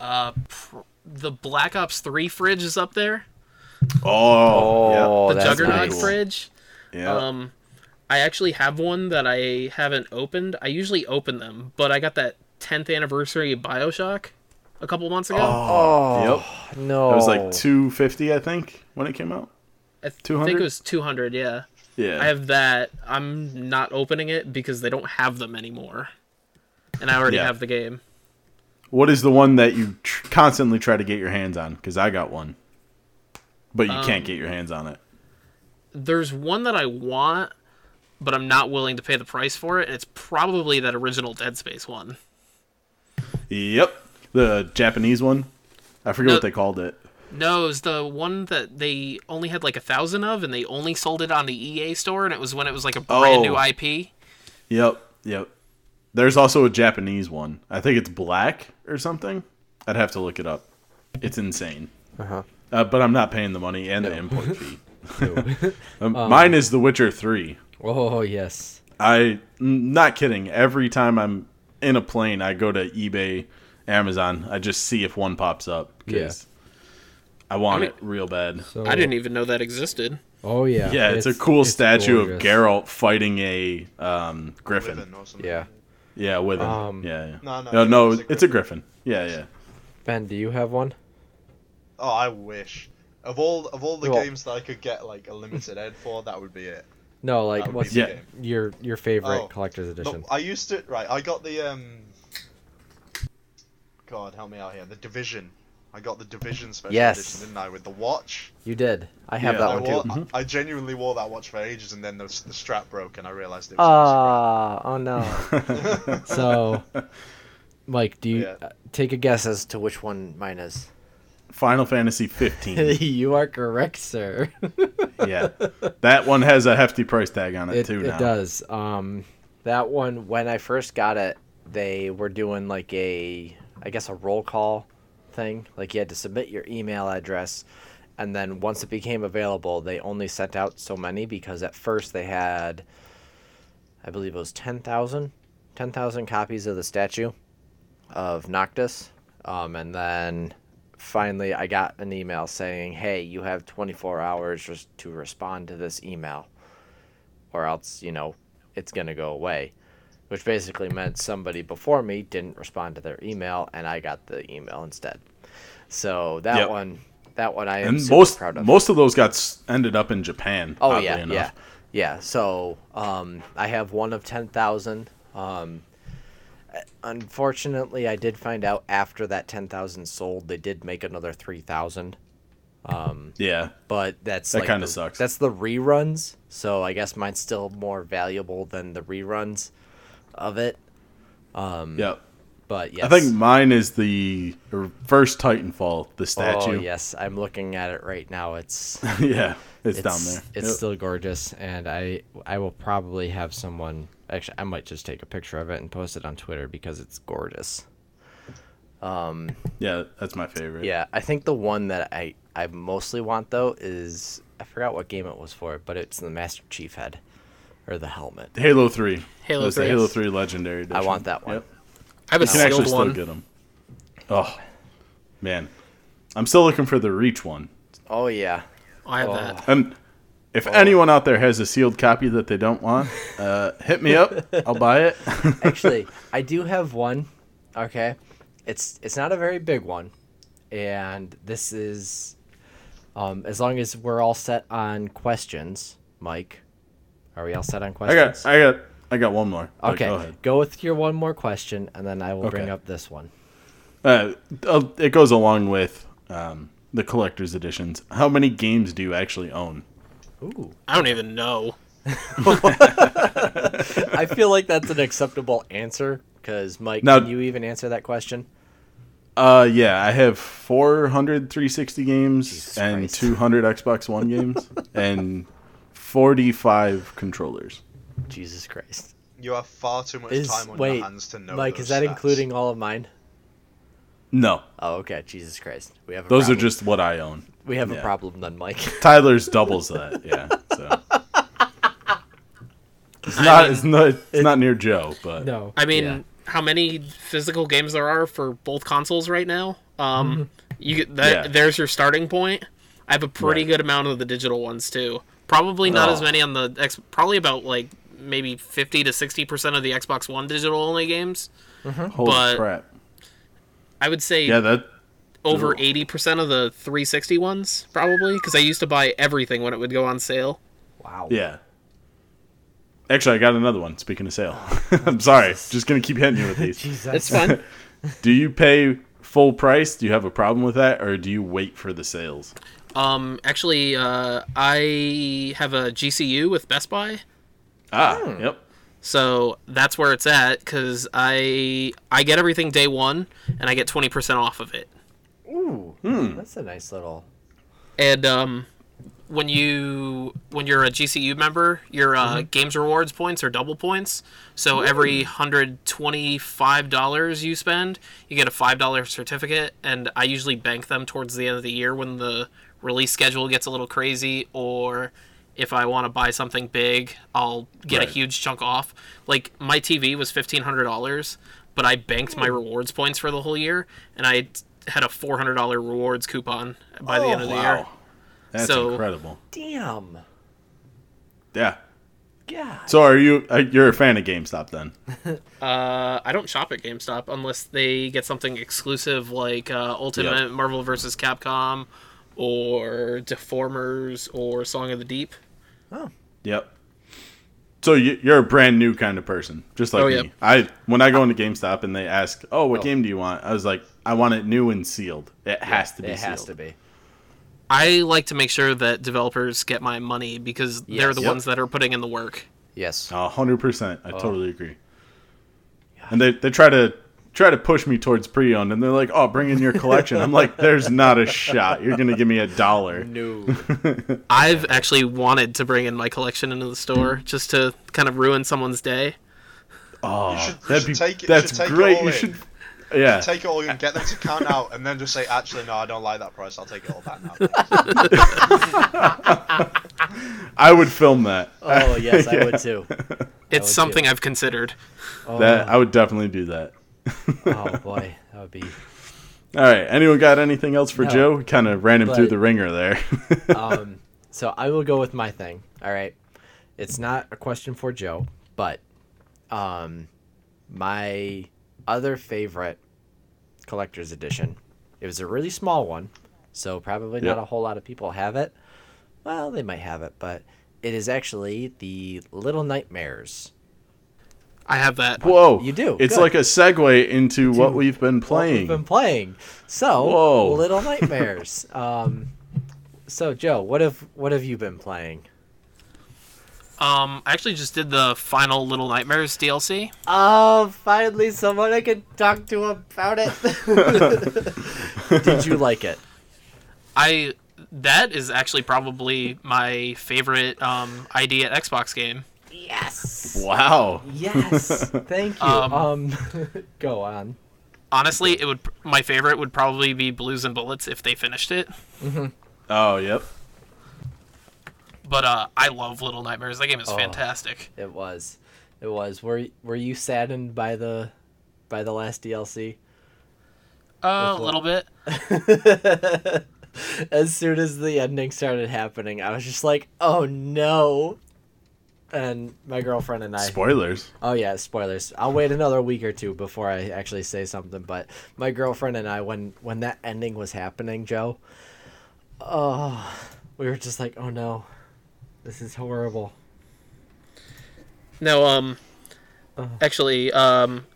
D: Uh, pr- the Black Ops Three fridge is up there.
A: Oh.
C: Oh,
D: The
C: that's
D: Juggernaut
C: nice.
D: fridge.
A: Yeah. yeah.
D: Um, I actually have one that I haven't opened. I usually open them, but I got that 10th anniversary of Bioshock a couple months ago.
A: oh.
C: Oh,
A: Yep.
C: no.
A: It was
D: Oh.
A: like 250, I think, when it came out.
D: I th-
A: 200?
D: think it was 200. Yeah,
A: Yeah.
D: I have that. I'm not opening it because they don't have them anymore, and I already
A: Yeah.
D: have the game.
A: What is the one that you tr- constantly try to get your hands on? Because I got one, but you can't
D: Um,
A: get your hands on it.
D: there's one that I want, but I'm not willing to pay the price for it, and it's probably that original Dead Space one.
A: Yep, the Japanese one. I forget
D: No.
A: what they called it.
D: No, it was the one that they only had like a thousand of, and they only sold it on the EA store, and it was when it was like a
A: Oh.
D: brand new IP.
A: Yep, yep. There's also a Japanese one. I think it's black or something. I'd have to look it up. It's insane.
C: Uh-huh.
A: Uh, but I'm not paying the money and the import fee. Um, mine is The Witcher Three.
C: Oh yes.
A: I n- not kidding. Every time I'm in a plane, I go to eBay, Amazon. I just see if one pops up. 'cause I want
D: I mean-
A: it real bad.
C: So
D: I didn't even know that existed.
C: Oh yeah.
A: yeah, it's, a cool
C: it's
A: statue of
C: gorgeous.
A: Geralt fighting a um, griffin.
B: Wyvern or something.
C: Yeah.
A: Yeah, with him.
C: Um,
A: yeah, yeah.
B: No, no,
A: no, no,
B: it's a
A: it's a griffin. Yeah, yeah.
C: Ben, do you have one?
B: Oh, I wish. Of all of all the
C: Well-
B: games that I could get like a limited ed for, that would be it.
C: No, like
B: That would
C: what's
B: be
A: yeah.
B: the Oh, game.
C: your your favorite
B: Oh,
C: collector's
B: No,
C: edition?
B: I used to right. I got the um. God help me out here. The division. I got the division special
C: Yes.
B: edition, didn't I? With the watch.
C: You did. I have
A: Yeah.
C: that
B: I,
C: one
B: wore,
C: too. Mm-hmm.
B: I genuinely wore that watch for ages, and then the, the strap broke, and I realized it was.
C: Ah, oh no. so, Mike, do you
B: Yeah.
C: uh, take a guess as to which one mine is?
A: Final Fantasy 15.
C: you are correct, sir.
A: yeah, that one has a hefty price tag on it,
C: it,
A: too.
C: it
A: now.
C: does. Um, that one when I first got it, they were doing like a, I guess a roll call thing. Like you had to submit your email address, and then once it became available, they only sent out so many because at first they had, I believe it was 10,000, 10,000 copies of the statue of Noctis, um, and then. Finally, I got an email saying, "Hey, you have 24 hours just to respond to this email." or else, you know, it's going to go away. Which basically meant somebody before me didn't respond to their email and I got the email instead. So that
A: Yep.
C: one, that one I am
A: And
C: super
A: most
C: proud of.
A: most of those got s- ended up in Japan.
C: oh,
A: oddly
C: yeah,
A: enough.
C: yeah. Yeah. So um, I have one of 10,000. Um, unfortunately, I did find out after that 10,000 sold, they did make another 3,000.
A: yeah.
C: but that's
A: That
C: like
A: kinda
C: the-
A: sucks.
C: That's the reruns, so I guess mine's still more valuable than the reruns of it. Mm.
A: Yep.
C: But yes,
A: I think mine is the er, first Titanfall, the
C: oh
A: statue.
C: yes, I'm looking at it right now. It's
A: yeah. it's,
C: it's
A: down there.
C: It's
A: Yep.
C: still gorgeous, and I I will probably have someone. Actually, I might just take a picture of it and post it on Twitter because it's gorgeous.
A: yeah, that's my favorite.
C: Yeah, I think the one that I I mostly want though is I forgot what game it was for, but it's the Master Chief head or the helmet.
A: Halo 3.
D: Halo
A: That's the
D: 3.
A: Halo 3 Legendary Edition.
C: I want that one.
A: Yep.
D: I have a
A: You can actually
D: sealed
A: still
D: one.
A: get them. Oh, man. I'm still looking for the Reach one.
C: Oh yeah,
D: I have that.
A: And if anyone out there has a sealed copy that they don't want, uh, hit me up. I'll buy it.
C: Actually, I do have one. Okay, it's it's not a very big one, and this is, um, as long as we're all set on questions, Mike. Are we all set on
A: I
C: questions?
A: got, I got, I got one more. but
C: okay,
A: Go
C: go,
A: ahead.
C: with your one more question, and then I will bring
A: Okay.
C: up this one.
A: Uh, uh, it goes along with um, the collector's editions. How many games do you actually own?
C: Ooh,
D: I don't even know.
C: I feel like that's an acceptable answer because Mike,
A: Now-
C: can you even answer that question?
A: Uh, yeah, I have 400 360 games
C: Jesus
A: and
C: Christ.
A: 200 Xbox One games and 45 controllers.
C: Jesus Christ.
B: You have far too much
C: Is
B: time on
C: wait,
B: your hands to know.
C: Mike,
B: those
C: is that
B: stats.
C: including all of mine?
A: No,
C: Oh, okay. Jesus Christ. We have a
A: those
C: problem.
A: are just what I own.
C: we have
A: yeah.
C: a problem then, Mike.
A: Tyler's doubles that. Yeah, so it's
D: I
A: not
D: mean-
A: it's not it's not near Joe, but
C: no.
D: I mean,
A: Yeah.
D: how many physical games there are for both consoles right now? Um, you get that.
A: Yeah.
D: There's your starting point. I have a pretty
A: Right.
D: good amount of the digital ones too. Probably not as
A: Oh.
D: many on the X. Probably about like maybe fifty to sixty percent of the Xbox One digital only games.
A: holy
D: but-
A: crap.
D: I would say
A: Yeah, that
D: over
A: Ooh.
D: eighty percent of the 360 ones probably because I used to buy everything when it would go on sale.
C: Wow.
A: yeah. Actually, I got another one. Speaking of sale, I'm sorry. Just gonna keep hitting you with these.
C: Jesus.
D: It's fun.
A: Do you pay full price? Do you have a problem with that, or do you wait for the sales?
D: um, actually, uh, I have a GCU with Best Buy.
A: Ah,
D: Hmm.
A: yep.
D: So that's where it's at because I I get everything day one and I get twenty percent off of it.
C: Ooh.
A: Hmm.
C: That's a nice little.
D: And um, when you when you're a GCU member, your uh,
A: Mm-hmm.
D: games rewards points are double points. So every hundred twenty five dollars you spend, you get a five dollar certificate, and I usually bank them towards the end of the year when the release schedule gets a little crazy or. If I want to buy something big, I'll get a
A: Right.
D: huge chunk off. Like my TV was fifteen hundred dollars, but I banked my rewards points for the whole year, and I had a four hundred dollar rewards coupon by the end of the year.
A: Oh, Wow, that's
D: So-
A: incredible.
C: Damn.
A: Yeah.
C: God.
A: So are you? uh, You're a fan of GameStop then?
D: Uh, I don't shop at GameStop unless they get something exclusive like uh, Ultimate
A: Yep.
D: Marvel vs. Capcom or Deformers or Song of the Deep.
C: Oh.
A: Yep. So you- you're a brand new kind of person, just like
D: Oh,
A: me.
D: yeah.
A: I when I go into GameStop and they ask, "Oh, what game do you want?" I was like, "I want it new and sealed. It has to be.
C: It has
A: sealed.
C: to be.
D: I like to make sure that developers get my money because they're
C: Yes.
D: the
A: Yep.
D: ones that are putting in the work.
C: Yes.
A: A hundred percent.
C: Oh.
A: I totally agree. And they they try to try to push me towards pre-owned, and they're like, "Oh, bring in your collection." I'm like, "There's not a shot. You're gonna give me a dollar."
C: No.
D: I've actually wanted to bring in my collection into the store just to kind of ruin someone's day.
A: Oh,
B: should- you
A: that'd
B: should
A: be
B: take it- you
A: that's
B: should take it
A: great.
B: all
A: you
B: in.
A: should, yeah.
B: Take it all and get them to count out, and then just say, "Actually, no, I don't like that price. I'll take it all back now."
A: I would film that.
C: Oh yes, I would too. would
D: It's something I've considered.
C: Oh,
A: that I would definitely do that.
C: oh boy, that would be.
A: All right. Anyone got anything else for
C: No.
A: Joe? Kind of ran him through
C: But-
A: the ringer there.
C: Um, so I will go with my thing. All right, it's not a question for Joe, but um, my other favorite collector's edition. It was a really small one, so probably
A: Yep.
C: not a whole lot of people have it. Well, they might have it, but it is actually the Little Nightmares.
D: I have that.
A: Whoa.
C: You do,
A: It's
C: good.
A: like a segue into what we've been
C: what
A: playing.
C: we've been playing. So,
A: Whoa.
C: Little Nightmares. um, so Joe, what have what have you been playing?
D: Um, I actually just did the final Little Nightmares DLC.
C: Oh, finally someone I can talk to about it. Did you like it?
D: I that is actually probably my favorite um, ID at Xbox game.
C: Yes.
A: Wow.
C: Yes. Thank you.
D: Um,
C: Um, go on.
D: Honestly, it would my favorite would probably be Blues and Bullets if they finished it.
A: Oh, yep.
D: But uh, I love Little Nightmares. That game is
C: Oh.
D: fantastic.
C: It was. It was. Were were you saddened by the by the last DLC?
D: Uh,
C: With
D: a
C: what?
D: little bit.
C: as soon as the ending started happening, I was just like, "Oh no." And my girlfriend and I
A: Spoilers.
C: Oh yeah, spoilers. I'll wait another week or two before I actually say something. But my girlfriend and I, when when that ending was happening, Joe, oh, we were just like, oh no, this is horrible.
D: No, um, actually, um,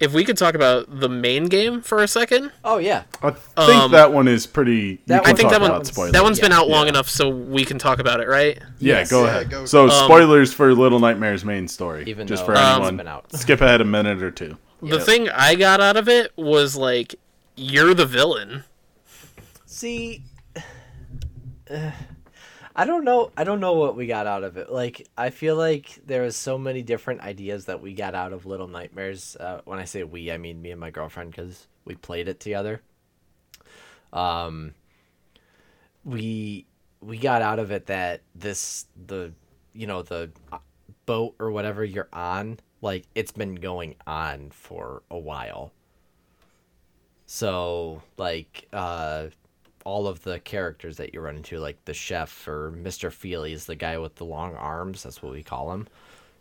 D: if we could talk about the main game for a second,
C: Oh yeah,
A: I think
D: Um,
A: that one is pretty. you
C: that one-
A: can
D: I think
A: talk
D: that one
A: about spoilers.
D: that one's been
C: Yeah.
D: out long
A: Yeah.
D: enough, so we can talk about it, right?
A: Yeah,
C: Yes.
A: go
B: Yeah,
A: ahead.
B: go-
A: so
D: Um,
A: spoilers for Little Nightmares main story,
C: Even
A: just
C: though
A: for
C: it's
A: anyone.
C: been out.
A: Skip ahead a minute or two.
D: The thing I got out of it was like you're the villain.
C: See, uh, I don't know. I don't know what we got out of it. Like, I feel like there was so many different ideas that we got out of Little Nightmares. Uh, when I say we, I mean me and my girlfriend because we played it together. Um, we we got out of it that this the you know the uh, boat or whatever you're on like it's been going on for a while so like uh all of the characters that you run into like the chef or mr feely's the guy with the long arms that's what we call him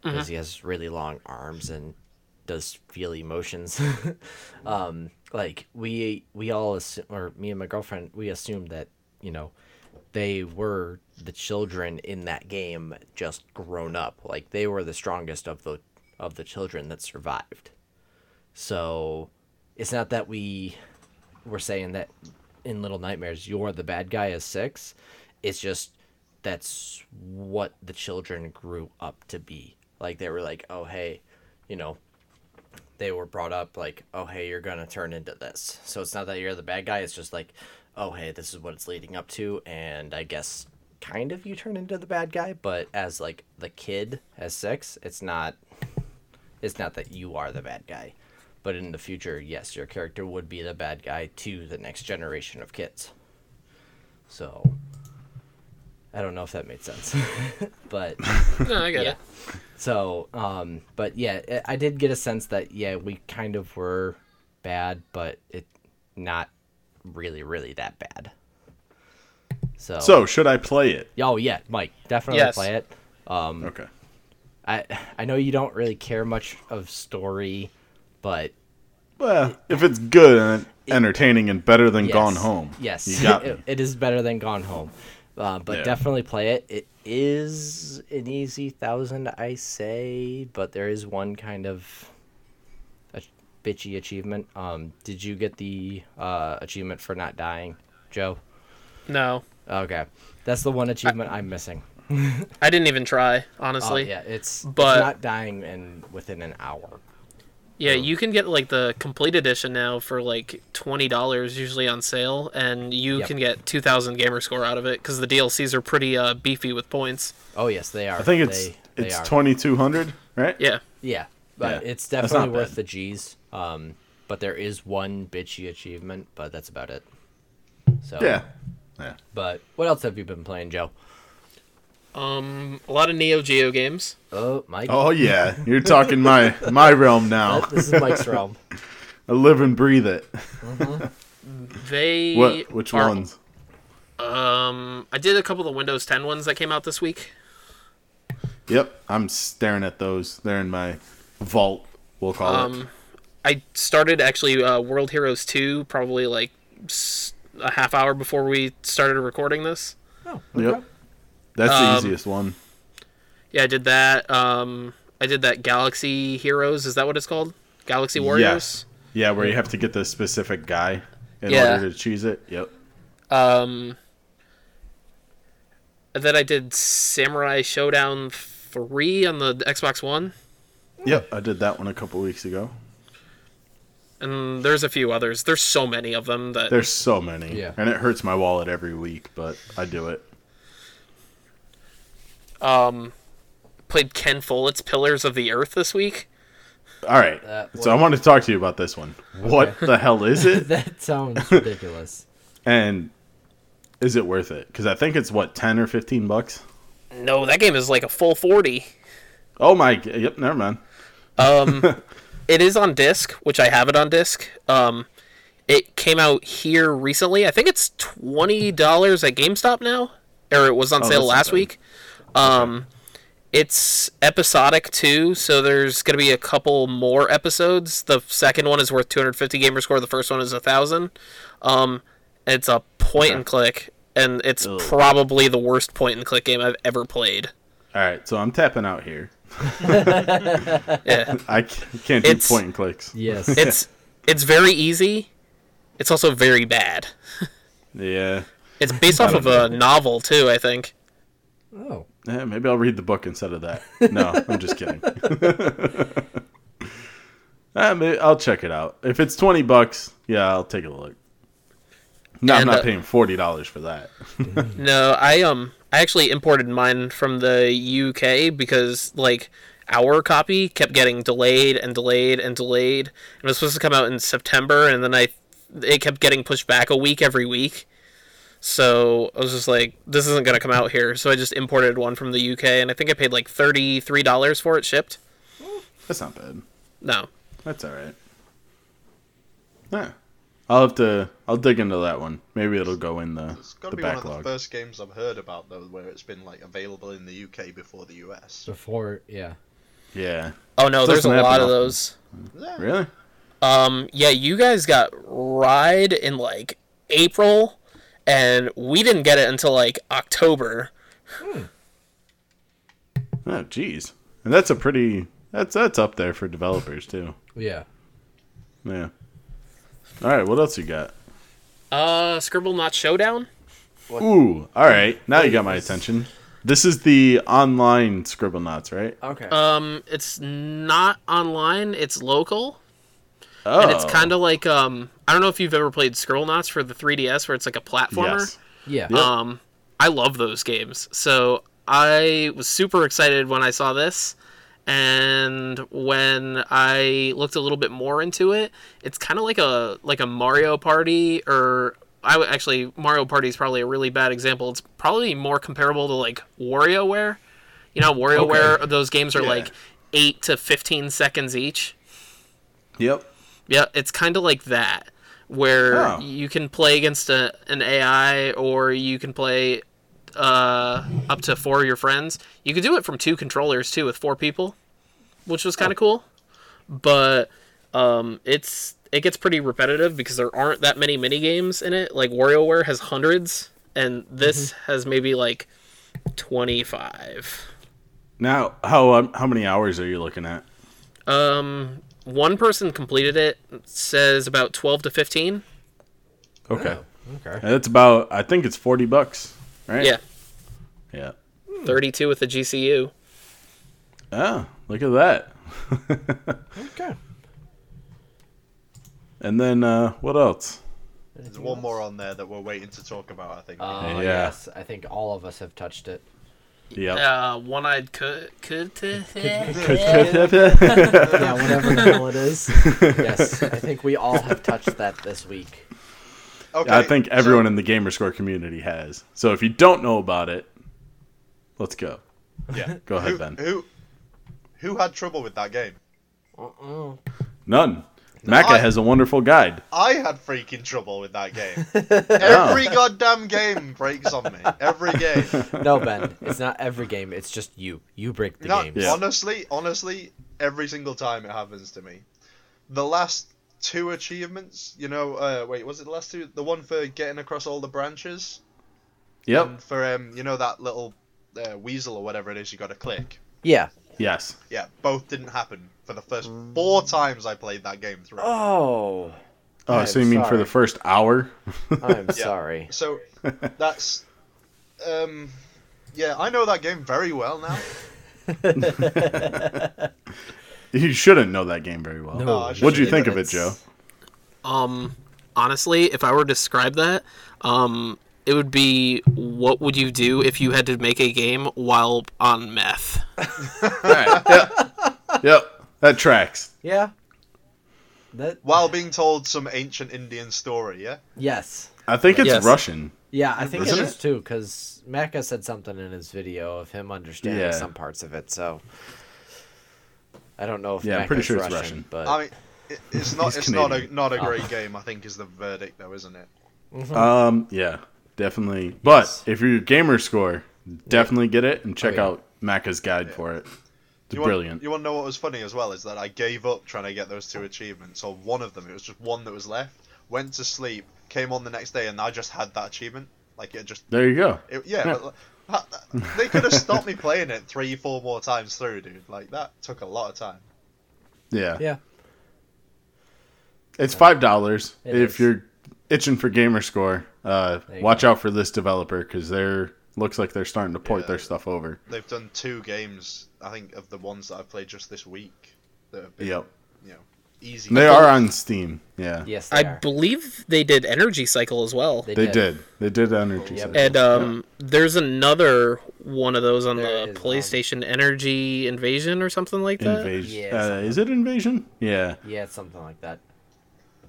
C: because he has really long arms and does feel emotions um like we we all assume, or me and my girlfriend we assumed that you know they were the children in that game just grown up like they were the strongest of the of the children that survived so it's not that we were saying that in little nightmares you're the bad guy as six it's just that's what the children grew up to be like they were like oh hey you know they were brought up like oh hey you're gonna turn into this so it's not that you're the bad guy it's just like oh hey this is what it's leading up to and i guess kind of you turn into the bad guy but as like the kid as six it's not it's not that you are the bad guy but in the future yes your character would be the bad guy to the next generation of kids so i don't know if that made sense but
D: No, I get
C: Yeah.
D: it.
C: so, um, but yeah, I- I did get a sense that yeah, we kind of were bad, but it not really, really that bad. So,
A: So should I play it?
C: oh yeah, Mike, definitely
D: Yes.
C: play it. Mm.
A: Okay.
C: I I know you don't really care much of story, but
A: Well, if it's good and entertaining and better than Gone
C: Yes.
A: Home,
C: Yes,
A: you got
C: It-
A: me.
C: it is better than Gone Home, uh, but
A: Yeah.
C: definitely play it. It is an easy thousand, I say, but there is one kind of a bitchy achievement. Um, did you get the uh, achievement for not dying, Joe?
D: No,
C: Okay, that's the one achievement I, am missing.
D: I didn't even try,
C: Oh
D: honestly.
C: yeah, it's, it's
D: But-
C: not dying in within an hour.
D: Yeah, you can get like the complete edition now for like twenty dollars, usually on sale, and you
C: Yep.
D: can get two thousand gamer score out of it because the DLCs are pretty uh, beefy with points.
C: Oh yes, they are.
A: I think it's
C: they, they
A: it's
C: are.
A: twenty two hundred, right?
D: Yeah,
C: Yeah, but
A: Yeah,
C: it's
A: that's
C: definitely
A: not
C: worth
A: bad.
C: the G's. Um, but there is one bitchy achievement, but that's about it. So
A: Yeah. Yeah.
C: But what else have you been playing, Joe?
D: um, a lot of Neo Geo games.
C: Oh, Mike.
A: Oh yeah, you're talking my my realm now.
C: Uh, this is Mike's realm.
A: I live and breathe it.
D: They
A: What? Which
D: are-
A: ones?
D: Um, I did a couple of the Windows 10 ones that came out this week.
A: Yep, I'm staring at those. They're in my vault. We'll call it.
D: Um, I started actually uh, World Heroes 2 probably like s- a half hour before we started recording this.
A: Yep. That's the
D: Um,
A: easiest one.
D: Yeah, I did that. Um, I did that Galaxy Heroes. Is that what it's called? Galaxy Warriors.
A: Yeah, where you have to get the specific guy in
D: Yeah.
A: order to choose it. Yep.
D: Um, and then I did Samurai Showdown 3 on the Xbox One.
A: Yep. I did that one a couple weeks ago.
D: And there's a few others. There's so many of them that
A: There's so many.
C: Yeah.
A: And it hurts my wallet every week, but I do it.
D: um, played Ken Follett's Pillars of the Earth this week.
A: All right.
C: Uh,
A: so I
C: what-
A: want to talk to you about this one. What the hell is it?
C: that sounds ridiculous.
A: And is it worth it? Because I think it's what ten or fifteen bucks.
D: No, that game is like a full 40.
A: Oh my. g- Yep. Never mind.
D: Um, it is on disc, which I have it on disc. Um, it came out here recently. I think it's twenty dollars at GameStop now, or it was on sale
A: Oh, that's not
D: last
A: bad.
D: week. Um, it's episodic too, so there's gonna be a couple more episodes. The second one is worth two hundred fifty gamer score. The first one is a thousand. Um, it's a point and click, and it's
A: Ugh.
D: probably the worst point and click game I've ever played.
A: All right. So I'm tapping out here.
D: Yeah.
A: I c- can't do
D: It's-
A: point and clicks.
C: Yes.
D: it's it's very easy. It's also very bad.
A: Yeah.
D: It's based off of a novel too, I think.
C: oh.
A: Eh, maybe I'll read the book instead of that. No, I'm just kidding. Uh, may- I'll check it out. If it's twenty bucks, yeah, I'll take a look. No, I'm
D: And,
A: not
D: uh,
A: paying forty dollars for that.
D: No, I um I actually imported mine from the UK because like our copy kept getting delayed and delayed and delayed. It was supposed to come out in September and then I it kept getting pushed back a week every week. So I was just like, this isn't gonna come out here. So I just imported one from the UK and I think I paid like thirty three dollars for it shipped.
A: That's not bad.
D: No.
A: That's all right. Yeah, I'll have to. I'll dig into that one. Maybe it'll go in the
B: It's got
A: the
B: to be one of
A: backlog.
B: the first games I've heard about though, where it's been like available in the UK before the US.
C: Before, yeah.
A: yeah.
D: Oh no,
A: It
D: there's a
A: doesn't happen
D: lot of
A: often.
D: those.
B: Yeah.
A: Really?
D: Um, yeah, you guys got Ride in like April, and we didn't get it until like October.
A: Oh, jeez. And that's a pretty. That's that's up there for developers too.
C: Yeah.
A: Yeah. All right. What else you got?
D: Uh, Scribble Not Showdown.
A: Ooh. All right. Now you got my attention. This is the online Scribble Knots, right?
C: Okay.
D: Um, it's not online; it's local,
A: Oh.
D: and it's kind of like um, I don't know if you've ever played Scribble Knots for the 3DS, where it's like a platformer.
A: Yes.
C: yeah.
A: yeah.
D: Um, I love those games, so I was super excited when I saw this. And when I looked a little bit more into it, it's kind of like a like a Mario Party, or I would actually Mario Party is probably a really bad example. It's probably more comparable to like WarioWare. You know, WarioWare those games are
A: Yeah.
D: like eight to fifteen seconds each.
A: Yep.
D: Yeah, it's kind of like that, where
A: Oh.
D: you can play against a, an AI or you can play uh, up to four of your friends. You could do it from two controllers too, with four people, which was kind of cool. But um, it's it gets pretty repetitive because there aren't that many mini games in it. Like WarioWare has hundreds, and this has maybe like twenty five.
A: Now, how um, how many hours are you looking at?
D: Um, one person completed it. Says about twelve to fifteen.
A: Okay.
C: Okay.
A: And That's about. I think it's forty bucks. Right.
D: Yeah.
A: Yeah.
D: 32 with the GCU.
A: Oh, look at that.
C: Okay.
A: And then uh, what else?
B: There's one more on there that we're waiting to talk about. I think.
C: Uh,
A: Yeah.
C: Yes, I think all of us have touched it.
A: Yeah.
D: Uh, one-eyed could could
C: Yeah, whatever the hell it is. yes, I think we all have touched that this week.
B: okay.
A: I think
B: so-
A: everyone in the Gamerscore community has. So if you don't know about it, let's go.
B: yeah.
A: Go ahead,
B: who,
A: Ben.
B: who who had trouble with that game?
A: None. Maca
B: I-
A: has a wonderful guide.
B: I had freaking trouble with that game.
A: Oh.
B: Every goddamn game breaks on me. Every game.
C: No, Ben, it's not every game. It's just you. You break the
B: No,
C: games.
A: Yeah.
B: honestly, honestly, every single time it happens to me. The last two achievements, you know, uh, wait, was it the last two? The one for getting across all the branches,
A: Yep.
B: for um, you know that little uh, weasel or whatever it is you got to click.
C: Yeah.
A: Yes.
B: Yeah, both didn't happen for the first
A: Mm.
B: four times I played that game through.
C: Oh,
A: Oh,
C: I'm
A: so you mean for
C: sorry.
A: the first hour?
C: I'm sorry.
B: So that's, um, yeah, I know that game very well now.
A: you shouldn't know that game very well.
B: I
C: No.
A: What would Oh, you
B: shouldn't,
A: think
B: but
A: of it,
B: Oh, it's-
A: Joe?
D: Um, honestly, if I were to describe that, um, it would be what would you do if you had to make a game while on meth?
A: Yep. That tracks.
C: Yeah. That
B: While being told some ancient Indian story, yeah.
C: yes.
A: I think it's
D: Yes.
A: Russian.
C: Yeah, I think it
A: Isn't
C: is too, because Macca said something in his video of him understanding
A: Yeah.
C: some parts of it. So I don't know if
A: Yeah, I'm
C: Macca's
A: pretty sure it's Russian.
C: but
B: I mean, it, it's not
A: He's
B: it's not a
A: Canadian. Ah.
B: not a great game. I think is the verdict though, isn't it?
A: Um, yeah, definitely. But
C: Yes.
A: if you're a gamer score, definitely get it and check
C: yeah.
A: out Macca's guide for it. It's
B: You
A: brilliant.
B: Want, you want to know what was funny as well is that I gave up trying to get those two achievements or one of them. It was just one that was left. Went to sleep, came on the next day, and I just had that achievement. Like it just
A: there you go.
B: it, yeah. But, like, that- they could have stopped me playing it three, four more times through, dude. Like that took a lot of time.
A: Yeah.
C: yeah,
A: It's five dollars
C: It
A: if
C: is.
A: you're itching for gamer score. Uh,
C: you
A: watch out for this developer because they're looks like they're starting to port
B: Yeah.
A: their stuff over.
B: They've done two games, I think, of the ones that I've played just this week that have been,
A: Yep.
B: you know, Easy.
A: They are on Steam. Yeah.
C: Yes, they
D: I
C: are.
D: believe they did Energy Cycle as well.
A: They did. They did
B: Oh,
A: energy.
C: Yep.
A: Cycle.
D: And um, there's another one of those on
C: There
D: the
C: is, um,
D: PlayStation Energy Invasion or something like that.
A: Invasion.
C: Yeah,
A: uh,
C: something
A: is it Invasion? Yeah.
C: Yeah, it's something like that.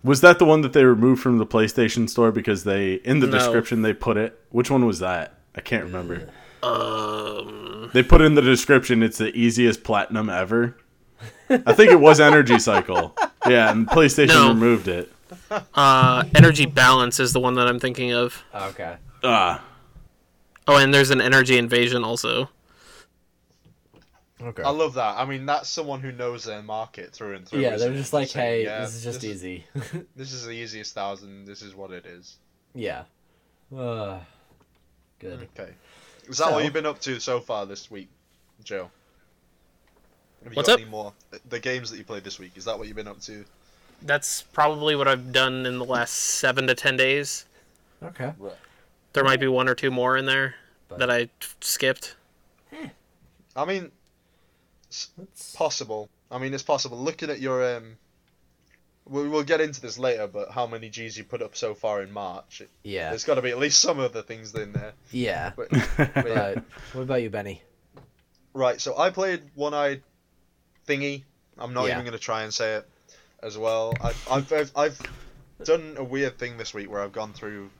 A: Was that the one that they removed from the PlayStation Store because they in the
D: No.
A: description they put it? Which one was that? I can't remember.
D: Um,
A: They put in the description it's the easiest platinum ever. I think it was Energy Cycle. Yeah, and PlayStation
D: No.
A: removed it.
D: uh, Energy Balance is the one that I'm thinking of.
C: Okay.
A: Ah,
D: Oh, and there's an Energy Invasion also.
C: Okay.
B: I love that. I mean, that's someone who knows their market through and through.
C: yeah,
B: isn't
C: they're
B: it?
C: just like,
B: saying,
C: hey,
B: yeah,
C: this is just easy.
B: This is the easiest thousand. This is what it is.
C: yeah. Uh, good.
B: Okay. Is that
C: So-
B: what you've been up to so far this week, Joe? Have you
D: What's
B: got
D: up?
B: any more? uh, The games that you played this week. Is that what you've been up to?
D: That's probably what I've done in the last seven to ten days.
C: Okay.
D: There might be one or two more in there
C: But-
D: that I skipped.
B: I mean,
C: Let's...
B: possible. I mean, it's possible. Looking at your um, we'll, we'll get into this later, but how many G's you put up so far in March? It,
C: Yeah.
B: There's got to be at least some other things in there.
C: Yeah.
B: But, but yeah.
C: But what about you, Benny?
B: Right, so I played One Eyed Thingy. I'm not
C: Yeah.
B: even going to try and say it as well. I've, I've, I've, I've done a weird thing this week where I've gone through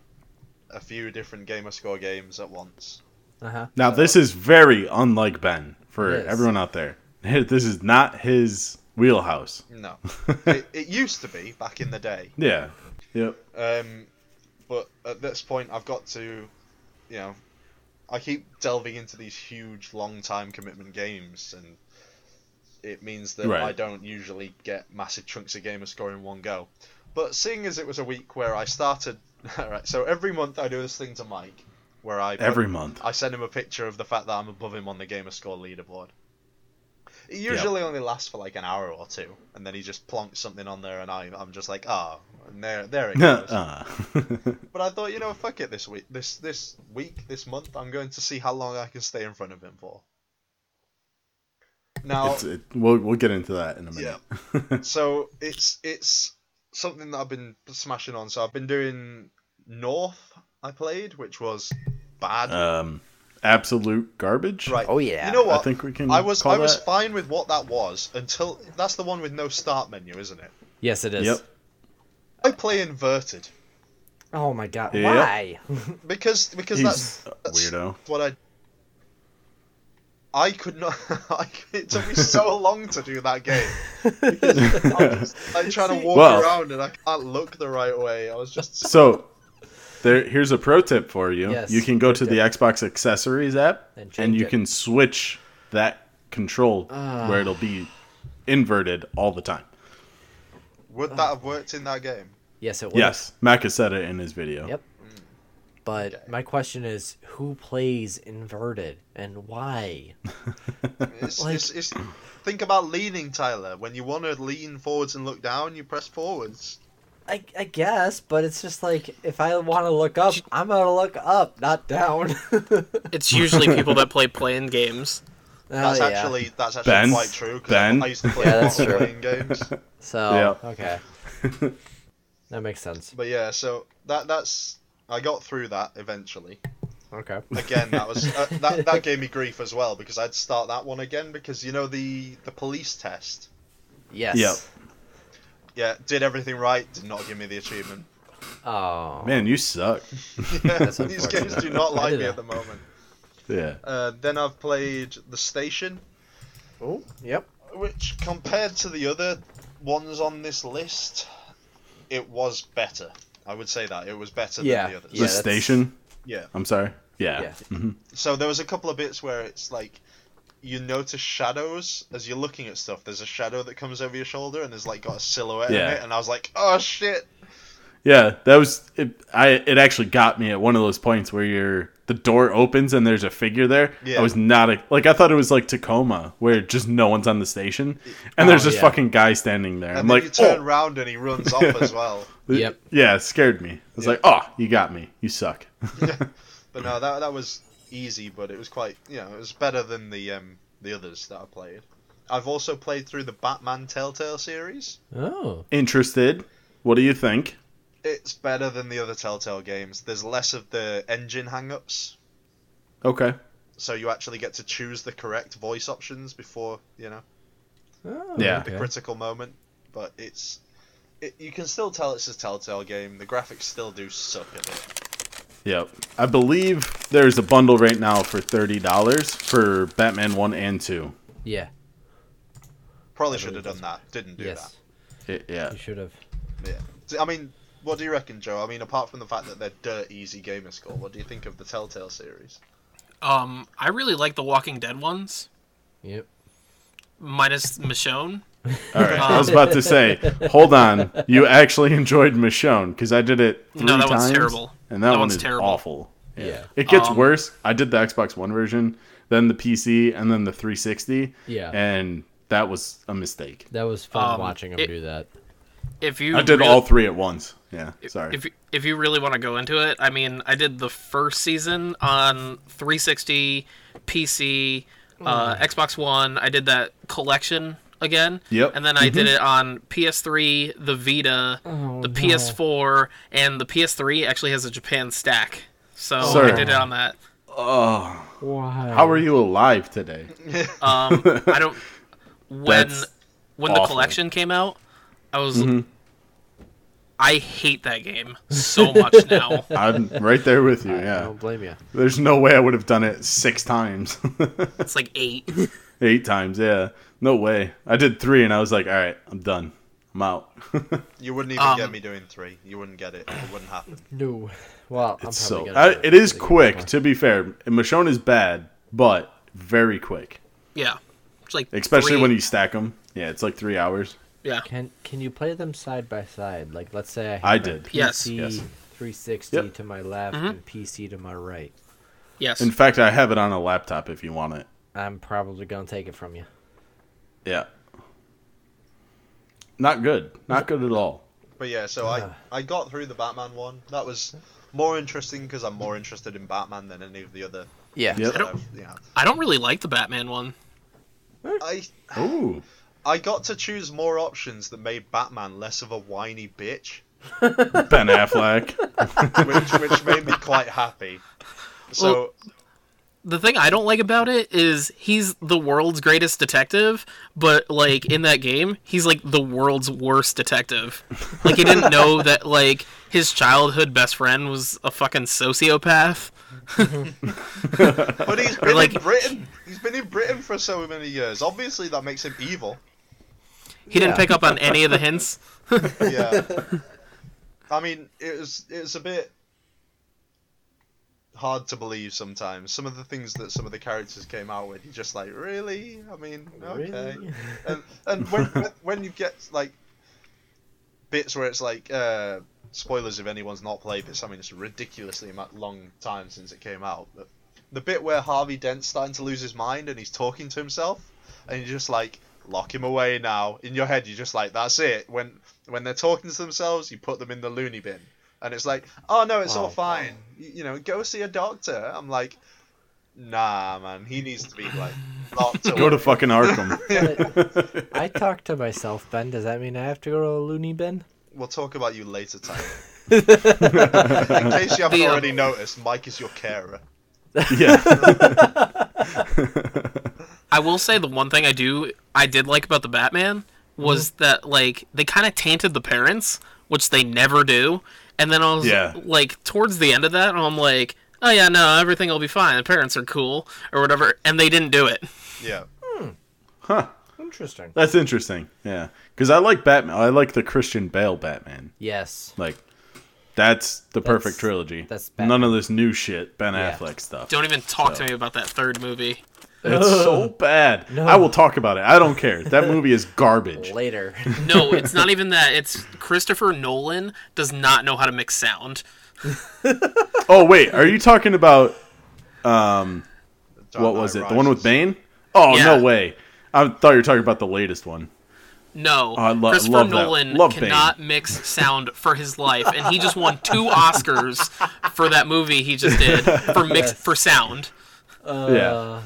B: a few different Gamer Score games at once.
C: Uh huh.
A: now this is very unlike Ben for
C: It is.
A: everyone out there. This is not his wheelhouse.
B: No. it, it used to be back in the day.
A: Yeah. Yep.
B: Um, but at this point, I've got to, you know, I keep delving into these huge, long time commitment games, and it means that
A: Right.
B: I don't usually get massive chunks of gamer score in one go. But seeing as it was a week where I started, all right, so every month I do this thing to Mike, where I put-
A: Every month.
B: I send him a picture of the fact that I'm above him on the gamer score leaderboard. It usually only lasts for like an hour or two, and then he just plonks something on there, and I, I'm just like, ah, and there, there it goes.
A: Ah.
B: But I thought, you know, fuck it this week, this this week, this month. I'm going to see how long I can stay in front of him for. Now,
A: It's, uh, it, we'll we'll get into that in a minute.
B: so it's it's something that I've been smashing on. So I've been doing North. I played, which was bad.
A: um, absolute garbage.
B: right.
C: Oh, yeah.
B: You know
A: I
B: what?
A: think we can.
B: I was
A: call
B: I was
A: that-
B: fine with what that was until that's the one with no start menu, isn't it?
C: Yes, it is.
A: Yep.
B: I play inverted
C: Oh my God.
A: Yep.
C: Why?
B: because because
A: He's
B: that's,
A: a
B: that's
A: weirdo.
B: what I I could not. I, it took me so long to do that game. I'm, just, I'm trying to walk
A: Well-
B: around and I can't look the right way. I was just
A: So, there. Here's a pro tip for you.
C: Yes,
A: you can go to
C: pro tip.
A: the Xbox accessories app,
C: And
A: and,
C: change
A: you
C: it.
A: can switch that control
C: Ah.
A: where it'll be inverted all the time.
B: would that have worked in that game?
C: yes, it was.
A: Yes, Maka said it in his video.
C: Yep. Mm. But my question is, who plays inverted and why?
B: It's,
C: Like-
B: it's, it's, think about leaning, Tyler. When you want to lean forwards and look down, you press forwards.
C: I, I guess, but it's just like if I want to look up, I'm gonna look up, not down. Oh,
D: It's usually people that play playing games.
B: That's
C: Oh, yeah.
B: actually that's actually
A: Ben?
B: quite true. 'cause
A: Ben?
B: I used to play
C: Yeah,
B: a
C: that's
B: lot of
C: true.
B: playing games.
C: so
A: Yeah.
C: okay. That makes sense.
B: But yeah, so that that's I got through that eventually.
C: Okay.
B: Again, that was uh, that that gave me grief as well because I'd start that one again because you know the the police test.
C: Yes.
A: Yep.
B: Yeah, did everything right. Did not give me the achievement.
C: Oh.
A: Man, you suck.
B: Yeah,
C: That's
B: these games
C: unfortunate.
B: do not
C: I
B: like
C: did
B: me
C: that.
B: at the moment.
A: Yeah.
B: Uh, then I've played The Station,
C: Oh. Yep.
B: which compared to the other ones on this list, it was better. I would say that it was better
C: Yeah,
B: than the others.
C: yeah.
A: the
C: that's-
A: station.
B: Yeah.
A: I'm sorry. Yeah.
C: Yeah.
A: Mhm.
B: So there was a couple of bits where it's like you notice shadows as you're looking at stuff. There's a shadow that comes over your shoulder and there's like got a silhouette
A: Yeah.
B: in it, and I was like, oh shit.
A: Yeah, that was it. I it actually got me at one of those points where you're the door opens and there's a figure there.
B: Yeah.
A: I was not a, like I thought it was like Tacoma where just no one's on the station and there's
C: Oh,
A: this
C: yeah.
A: fucking guy standing there.
B: And
A: I'm
B: then
A: like,
B: you turn
A: oh,
B: round and he runs off as well.
C: Yep.
A: yeah, it scared me. I was
B: Yeah.
A: like, oh, you got me. You suck.
B: But no, that that was easy, but it was quite you know it was better than the um the others that I played. I've also played through the Batman Telltale series.
C: Oh,
A: Interested? What do you think?
B: It's better than the other Telltale games. There's less of the engine hang-ups,
A: Okay.
B: so you actually get to choose the correct voice options before you know
C: Oh,
A: Yeah.
B: the critical moment. But it's it, you can still tell it's a Telltale game. The graphics still do suck a bit.
A: Yep. I believe there's a bundle right now for thirty dollars for Batman one and two.
C: yeah.
B: Probably should have done that. Didn't do
C: Yes,
A: Y- yeah.
C: you should have.
B: that. Yeah. So, I mean, what do you reckon, Joe? I mean, apart from the fact that they're dirt easy gamer score, what do you think of the Telltale series?
D: Um, I really like the Walking Dead ones,
C: Yep.
D: minus Michonne.
A: All right. I was about to say, hold on. You actually enjoyed Michonne because I did it three
D: No, that
A: times.
D: one's terrible.
A: And that,
D: That
A: one
D: one's
A: is
D: terrible.
A: awful.
C: Yeah.
A: It gets
D: Um,
A: worse. I did the Xbox One version, then the PC, and then the 360.
C: Yeah.
A: And that was a mistake.
C: That was fun
D: Um,
C: watching him
D: it-
C: do that.
D: If you
A: I did
D: rea-
A: all three at once. Yeah. Sorry.
D: If if you really want to go into it, I mean, I did the first season on 360, PC, uh, Xbox One. I did that collection again.
A: Yep. Mm-hmm.
D: And then I did it on PS3, the Vita, the PS4, and the PS3 actually has a Japan stack. So I
A: Sir.
D: did it on that.
A: oh,
C: Wow.
A: how are you alive today?
D: Um, I don't when
A: That's
D: when the
A: awful. Mm-hmm.
D: collection came out, I was I hate that game so much now.
A: I'm right there with you.
C: I
A: Yeah.
C: don't blame you.
A: There's no way I would have done it six times,
D: It's like 8.
A: eight times. Yeah. No way. I did three and I was like, all right, I'm done. I'm out.
B: You wouldn't even
D: Um,
B: get me doing three. You wouldn't get it. It wouldn't happen.
C: No. Well, I'm probably
A: so
C: gonna
A: I,
C: do
A: it is
C: Probably gonna do
A: quick,
C: it.
A: to be fair. Michonne is bad, but very quick,
D: Yeah. It's like
A: especially
D: three-
A: when you stack them. Yeah. It's like three hours.
D: Yeah.
C: Can Can you play them side by side? Like, let's say I have
A: I
C: my
A: did.
C: PC
D: Yes.
A: Yes.
C: 360
A: Yep.
C: to my left and PC to my right.
D: Yes.
A: In fact, I have it on a laptop if you want it.
C: I'm probably gonna take it from you.
A: Yeah. Not good. Not good at all.
B: But yeah, so I, I got through the Batman one. That was more interesting because I'm more interested in Batman than any of the other. uh,
C: Yeah.
A: Yep.
D: I don't-
B: you know.
D: I don't really like the Batman one.
B: I
A: Ooh.
B: I got to choose more options that made Batman less of a whiny bitch,
A: Ben Affleck.
B: which which made me quite happy. So
D: The thing I don't like about it is he's the world's greatest detective, but like in that game, he's like the world's worst detective. Like he didn't know that like his childhood best friend was a fucking sociopath.
B: But he's been
D: like-
B: in Britain. He's been in Britain for so many years. Obviously, that makes him evil.
D: He didn't
C: Yeah.
D: pick up on any of the hints.
B: Yeah. I mean, it was it was a bit hard to believe sometimes. Some of the things that some of the characters came out with, you're just like, really? I mean, okay.
C: Really?
B: And and when when you get like bits where it's like uh, spoilers if anyone's not played this. I mean, it's a ridiculously mu- long time since it came out. But the bit where Harvey Dent's starting to lose his mind and he's talking to himself, and you're just like, lock him away now. In your head, you're just like, that's it. When when they're talking to themselves, you put them in the loony bin, and it's like, oh no, it's all
C: Wow.
B: fine. You, you know, go see a doctor. I'm like, nah, man, he needs to be like locked away.
A: Go to fucking Arkham.
C: I talk to myself, Ben. Does that mean I have to go to a loony bin?
B: We'll talk about you later, time. in case you haven't
D: Yeah.
B: already noticed, Mike is your carer.
A: Yeah.
D: I will say the one thing I do I did like about the Batman was that like they kind of tainted the parents, which they never do. And then I was
A: Yeah.
D: like towards the end of that, I'm like, oh yeah, no, everything will be fine. The parents are cool or whatever, and they didn't do it.
B: Yeah.
C: Interesting.
A: That's interesting. Yeah. Because I like Batman. I like the Christian Bale Batman.
C: Yes.
A: Like, that's the perfect
C: That's-
A: trilogy.
C: that's Batman.
A: None of this new shit, Ben
C: Yeah.
A: Affleck stuff.
D: Don't even talk to me about that third movie.
A: It's so bad.
C: No.
A: I will talk about it. I don't care. That movie is garbage.
C: Later.
D: No, it's not even that. It's Christopher Nolan does not know how to mix sound.
A: Oh wait, are you talking about
B: Dark
A: what
B: Knight
A: was it? The one with
B: Rises.
A: Bane? Oh
D: Yeah.
A: no way! I thought you were talking about the latest one.
D: No,
A: Oh, I lo-
D: Christopher
A: love that.
D: Nolan
A: Love Bane.
D: cannot mix sound for his life, and he just won two Oscars for that movie he just did for mix for sound.
A: yeah,
C: Uh,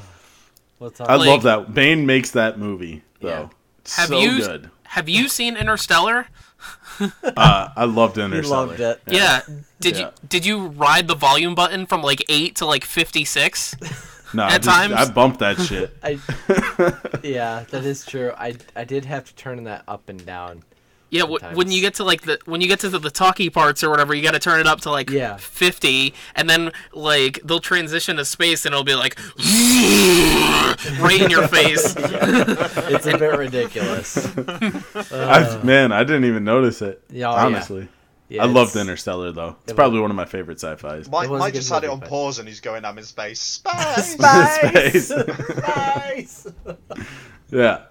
C: We'll talk.
A: I
D: like-
A: love that. Bane makes that movie. though.
D: Yeah.
A: It's
D: Have
A: so
D: you
A: good.
D: have you seen Interstellar?
A: Uh, I loved Interstellar.
C: loved it.
D: Yeah. Did
A: Yeah.
D: you did you ride the volume button from like eight to like fifty six?
A: No, I,
D: At
A: just,
D: times.
A: I bumped that shit.
C: I, yeah, that is true. I I did have to turn that up and down.
D: Yeah, w-
C: Sometimes.
D: when you get to like the when you get to the, the talkie parts or whatever, you got to turn it up to like
C: Yeah.
D: fifty, and then like they'll transition to space, and it'll be like right in your face.
C: It's a bit ridiculous.
A: I, man, I didn't even notice it.
C: Yeah, Uh. oh, yeah.
A: honestly,
C: Yeah,
A: I loved
C: it's-
A: Interstellar though. It's
C: was-
A: probably one of my favorite sci-fi's.
B: Mike,
C: was a
B: Mike
C: good
B: just had it
C: movie,
B: on
C: but-
B: pause and he's going, I'm in space. Space!
A: Space.
C: Space.
A: yeah,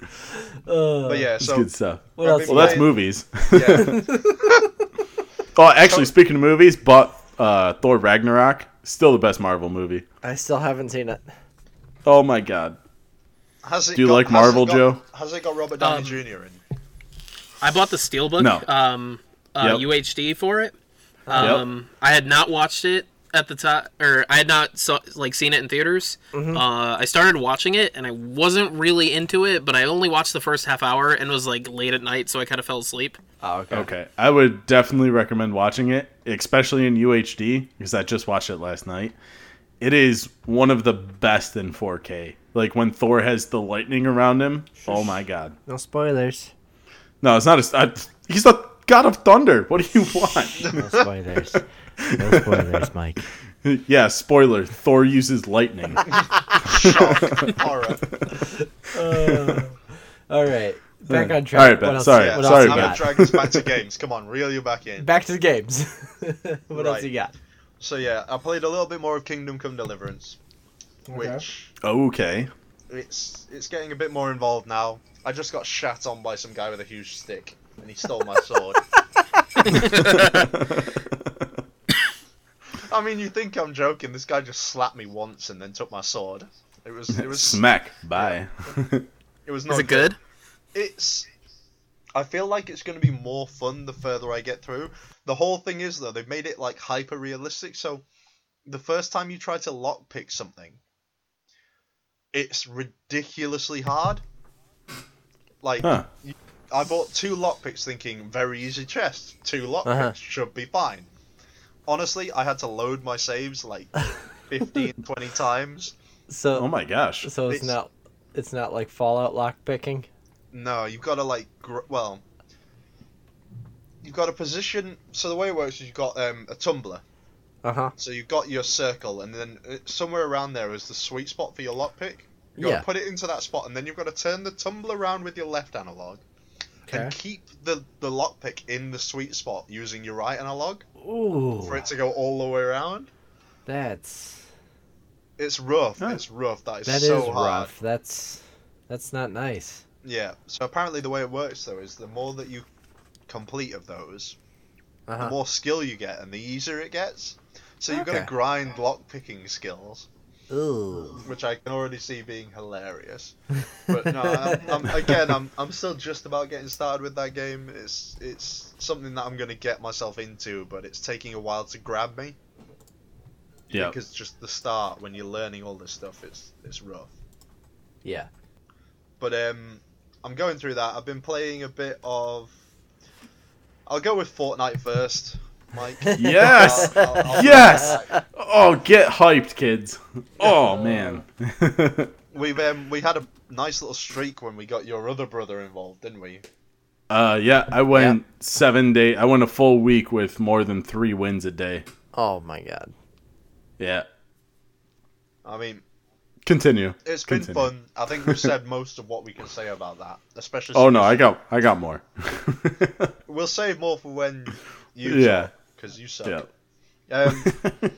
C: Uh,
B: But yeah,
A: it's
B: so.
A: good stuff.
C: what else?
A: Well, that's
B: Right.
A: movies.
B: Yeah.
A: oh, actually, speaking of movies, bought uh, Thor Ragnarok. Still the best Marvel movie.
C: I still haven't seen it.
A: Oh my god.
B: Has it
A: Do you
B: got-
A: like
B: has it
A: Marvel,
B: got-
A: Joe?
B: Has it got Robert Downey
D: Um,
B: Jr. in?
D: I bought the steelbook,
A: No.
D: um, uh,
A: Yep.
D: UHD for it. Um, I had not watched it at the time, or I had not saw, like seen it in theaters. Uh, I started watching it, and I wasn't really into it, but I only watched the first half hour and was like late at night, so I kind of fell asleep.
C: Oh, okay.
A: Okay, I would definitely recommend watching it, especially in UHD because I just watched it last night. It is one of the best in 4K. Like when Thor has the lightning around him. Oh my god.
C: No spoilers.
A: No, it's not a. I, he's the god of thunder. What do you want?
C: No spoilers. No spoilers, Mike.
A: yeah, spoiler. Thor uses lightning.
B: Horror.
C: All right, back on track.
A: All right, Ben,
C: What else-
A: sorry,
B: Yeah,
C: what
A: sorry, Ben.
C: else you
B: I'm
C: got?
A: about
B: drag us back to games. Come on, reel you back in.
C: Back to the games. what else
B: Right.
C: you got?
B: So yeah, I played a little bit more of Kingdom Come Deliverance, which
A: okay.
B: it's it's getting a bit more involved now. I just got shat on by some guy with a huge stick, and he stole my sword. I mean, you think I'm joking? This guy just slapped me once and then took my sword. It was it was
A: Smack. Bye.
B: It was not
D: Is it good?
B: it's I feel like it's going to be more fun the further I get through. The whole thing is though they've made it like hyper realistic. So the first time you try to lockpick something, it's ridiculously hard. Like
A: Huh.
B: I bought two lockpicks thinking very easy chest. Two lockpicks
C: Uh-huh.
B: should be fine. Honestly, I had to load my saves like 15 20 times.
C: So,
A: Oh my gosh.
C: so it's,
B: it's-
C: not, it's not like Fallout lock picking.
B: No, you've got to like gr- well, you've got to position. So the way it works is you've got um, a tumbler.
C: Uh huh.
B: So you've got your circle, and then uh, somewhere around there is the sweet spot for your lockpick. You've got
C: Yeah.
B: to put it into that spot, and then you've got to turn the tumbler around with your left analog
C: Okay.
B: and keep the the lockpick in the sweet spot using your right analog
C: Ooh,
B: for it to go all the way around.
C: that's
B: It's rough.
A: Huh.
B: It's rough. That is
C: that is
B: so hard.
C: rough. That's that's not nice.
B: Yeah. So apparently the way it works though is the more that you complete of those,
C: Uh
B: the
C: huh.
B: more skill you get and the easier it gets. So you've got
C: Okay.
B: to grind lock picking skills,
C: Ooh.
B: which I can already see being hilarious. But no, I'm, I'm, again, I'm, I'm still just about getting started with that game. It's it's something that I'm going to get myself into, but it's taking a while to grab me
A: Yeah.
B: because just the start when you're learning all this stuff, it's it's rough.
C: Yeah.
B: But um, I'm going through that. I've been playing a bit of. I'll go with Fortnite first, Mike.
A: Yes!
B: I'll- I'll- I'll-
A: Yes! Oh, get hyped, kids. Oh man.
B: We've um, we had a nice little streak when we got your other brother involved, didn't we?
A: Uh, yeah, I went seven day. I went a full week with more than three wins a day.
C: Oh my god.
A: Yeah.
B: I mean,
A: Continue.
B: it's been
A: Continue.
B: fun. I think we've said most of what we can say about that, especially.
A: Oh no,
B: since-
A: I got I got more.
B: We'll save more for when you.
A: yeah.
B: Because you
A: Yeah.
B: suck. Um,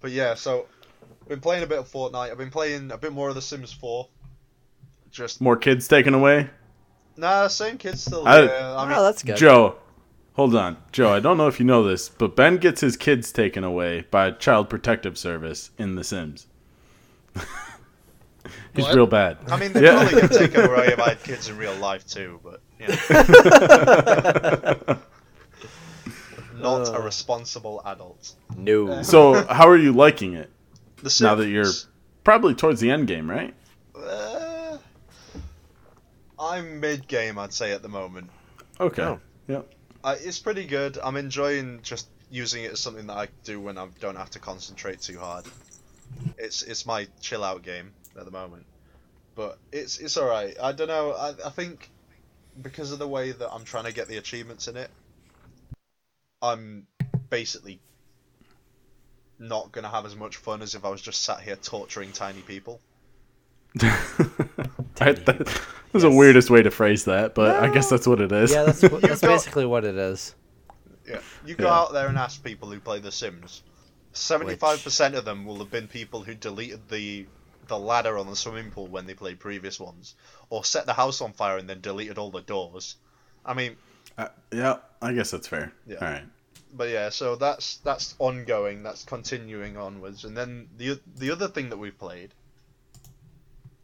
B: but yeah, so been playing a bit of Fortnite. I've been playing a bit more of The Sims 4. Just
A: More kids taken away.
B: nah, same kid's still
A: I-
B: there. I mean,
C: Oh, that's good.
A: Joe, hold on. Joe, I don't know if you know this, but Ben gets his kids taken away by Child Protective Service in The Sims. He's
D: What?
A: real bad.
B: I mean, they
A: Yeah.
B: probably get taken away by kids in real life too, but you know. not
A: Uh.
B: a responsible adult.
C: No.
A: So, how are you liking it?
B: The
A: Now that you're
B: Sims,
A: probably towards the end game, right?
B: uh, I'm mid game, I'd say at the moment.
A: Okay.
C: No.
A: Yep.
B: Uh, it's pretty good. I'm enjoying just using it as something that I do when I don't have to concentrate too hard. It's it's my chill out game at the moment, but it's it's all right. I don't know. I, I think because of the way that I'm trying to get the achievements in it, I'm basically not gonna have as much fun as if I was just sat here torturing tiny people.
A: I, that, that was the weirdest way to phrase that, but I guess that's what it is.
C: Yeah, that's wh- that's
B: got-
C: basically what it is.
B: Yeah, you go
A: Yeah.
B: out there and ask people who play The Sims. Seventy-five percent of them will have been people who deleted the the ladder on the swimming pool when they played previous ones, or set the house on fire and then deleted all the doors. I mean,
A: Uh, yeah, I guess that's fair.
B: Yeah.
A: All right.
B: but yeah, so that's that's ongoing, that's continuing onwards, and then the o- the other thing that we've played,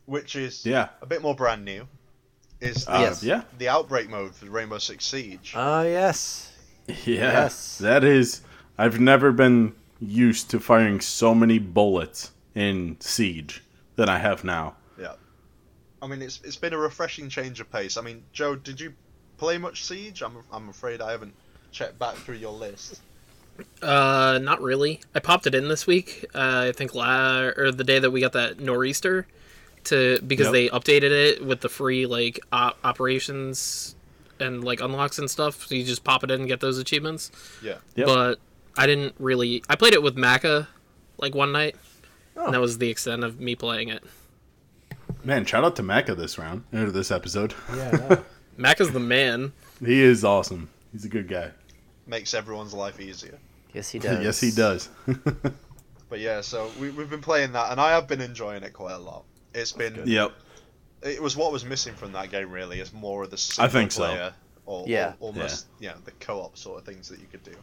B: which is
A: Yeah.
B: a bit more brand new, is the,
A: Uh,
C: Yes.
A: Yeah.
B: the outbreak mode for Rainbow Six Siege.
C: Ah, yes.
A: Yeah.
C: Yes.
A: That is. I've never been used to firing so many bullets in Siege than I have now.
B: Yeah. I mean, it's it's been a refreshing change of pace. I mean, Joe, did you play much Siege? I'm I'm afraid I haven't checked back through your list.
D: Uh, not really. I popped it in this week. Uh, I think la- or the day that we got that nor'easter, to because
A: Yep.
D: they updated it with the free like op- operations and like unlocks and stuff. So you just pop it in and get those achievements.
B: Yeah.
A: Yep.
D: But I didn't really. I played it with Maka, like one night,
C: Oh.
D: and that was the extent of me playing it.
A: Man, shout out to Mecca this round or this episode.
C: Yeah. no.
D: Maka's the man.
A: He is awesome. He's a good guy.
B: Makes everyone's life easier.
C: yes, he does.
A: Yes, he does.
B: But yeah, so we we've been playing that, and I have been enjoying it quite a lot. It's been
A: yep.
B: it was what was missing from that game really is more of the
A: I
B: single
A: think so.
B: player or,
C: Yeah.
B: or almost yeah. the co-op sort of things that you could do.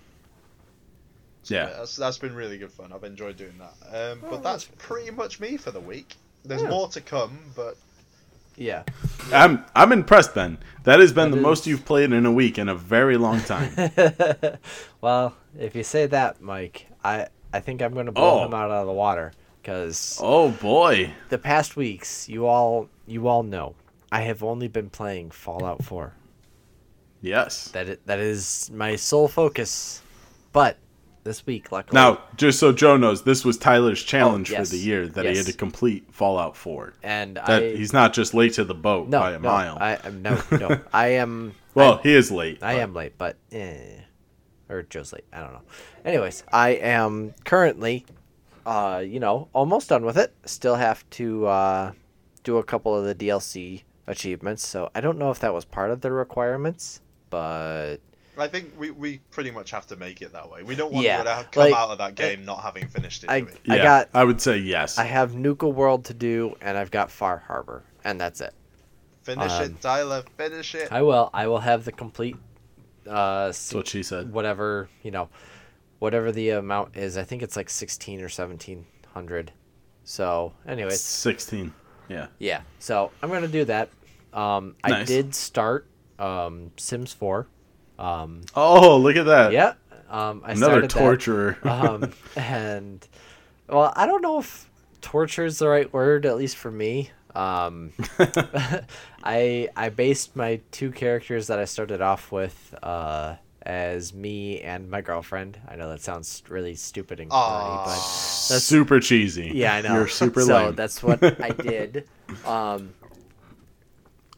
B: Yeah,
A: Yeah.
B: that's that's been really good fun. I've enjoyed doing that. Um, but that's pretty much me for the week. There's more to come, but
C: Yeah.
A: I'm I'm impressed, Ben. That has been
C: That
A: the most
C: is-
A: you've played in a week in a very long time.
C: well, if you say that, Mike, I I think I'm going to blow
A: Oh.
C: him out of the water because
A: oh boy.
C: the past weeks, you all you all know, I have only been playing Fallout 4.
A: Yes.
C: That i- that is my sole focus. But this week, luckily,
A: Now, just so Joe knows, this was Tyler's challenge
C: Oh, yes.
A: for the year that he
C: Yes.
A: had to complete Fallout 4.
C: and
A: That
C: I
A: he's not just late to the boat
C: no
A: by a
C: no,
A: mile.
C: I am no no I am
A: well, he is late.
C: I am late, but eh. Or Joe's late. I don't know. Anyways, I am currently, uh, you know, almost done with it. Still have to uh, do a couple of the DLC achievements. So I don't know if that was part of the requirements, but
B: I think we, we pretty much have to make it that way. We don't want
C: Yeah,
B: you to ha- come
C: like,
B: out of that game not having finished it.
C: I-
B: do
A: Yeah,
B: we?
A: I,
C: got-
A: would say yes.
C: I have Nuka World to do, and I've got Far Harbor, and that's it.
B: Finish
C: um,
B: it, Tyler. Finish it.
C: I will. I will have the complete. Uh,
A: That's what she said.
C: whatever you know whatever the amount is i think it's like 16 or 1700 so anyways
A: 16. Yeah.
C: yeah so i'm gonna do that um i
A: Nice.
C: did start um sims 4 um
A: Oh, look at that.
C: yeah um i
A: Another
C: started that.
A: torturer.
C: um and well i don't know if torture is the right word at least for me um i i based my two characters that i started off with uh as me and my girlfriend i know that sounds really stupid and corny but
B: Aw.
A: super cheesy.
C: yeah, I know.
A: You're super
C: so
A: lame.
C: that's what I did. Um,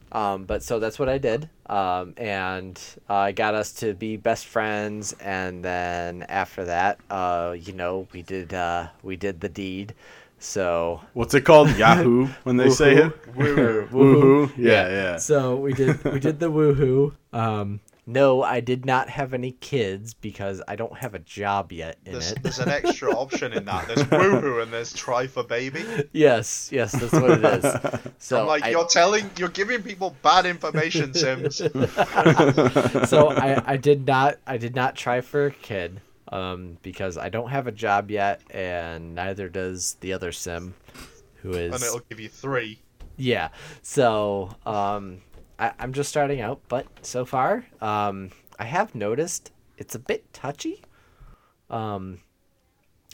C: um, but so that's what I did. Um, and uh, I got us to be best friends, and then after that, uh, you know, we did uh, we did the deed. So
A: What's it called? Yahoo when they say it?
B: Woo-hoo.
A: Woohoo. Yeah, yeah.
C: So we did we did the woohoo. Um, no, I did not have any kids because I don't have a job yet in
B: There's,
C: it.
B: there's an extra option in that. There's woohoo and there's try for baby.
C: yes, yes, that's what it is. So
B: I'm like,
C: I-
B: you're telling, you're giving people bad information, Sims.
C: so I, I did not I did not try for a kid um, because I don't have a job yet, and neither does the other sim, who is
B: and it'll give you three.
C: yeah. So um, I, I'm just starting out, but so far um, I have noticed it's a bit touchy. Um,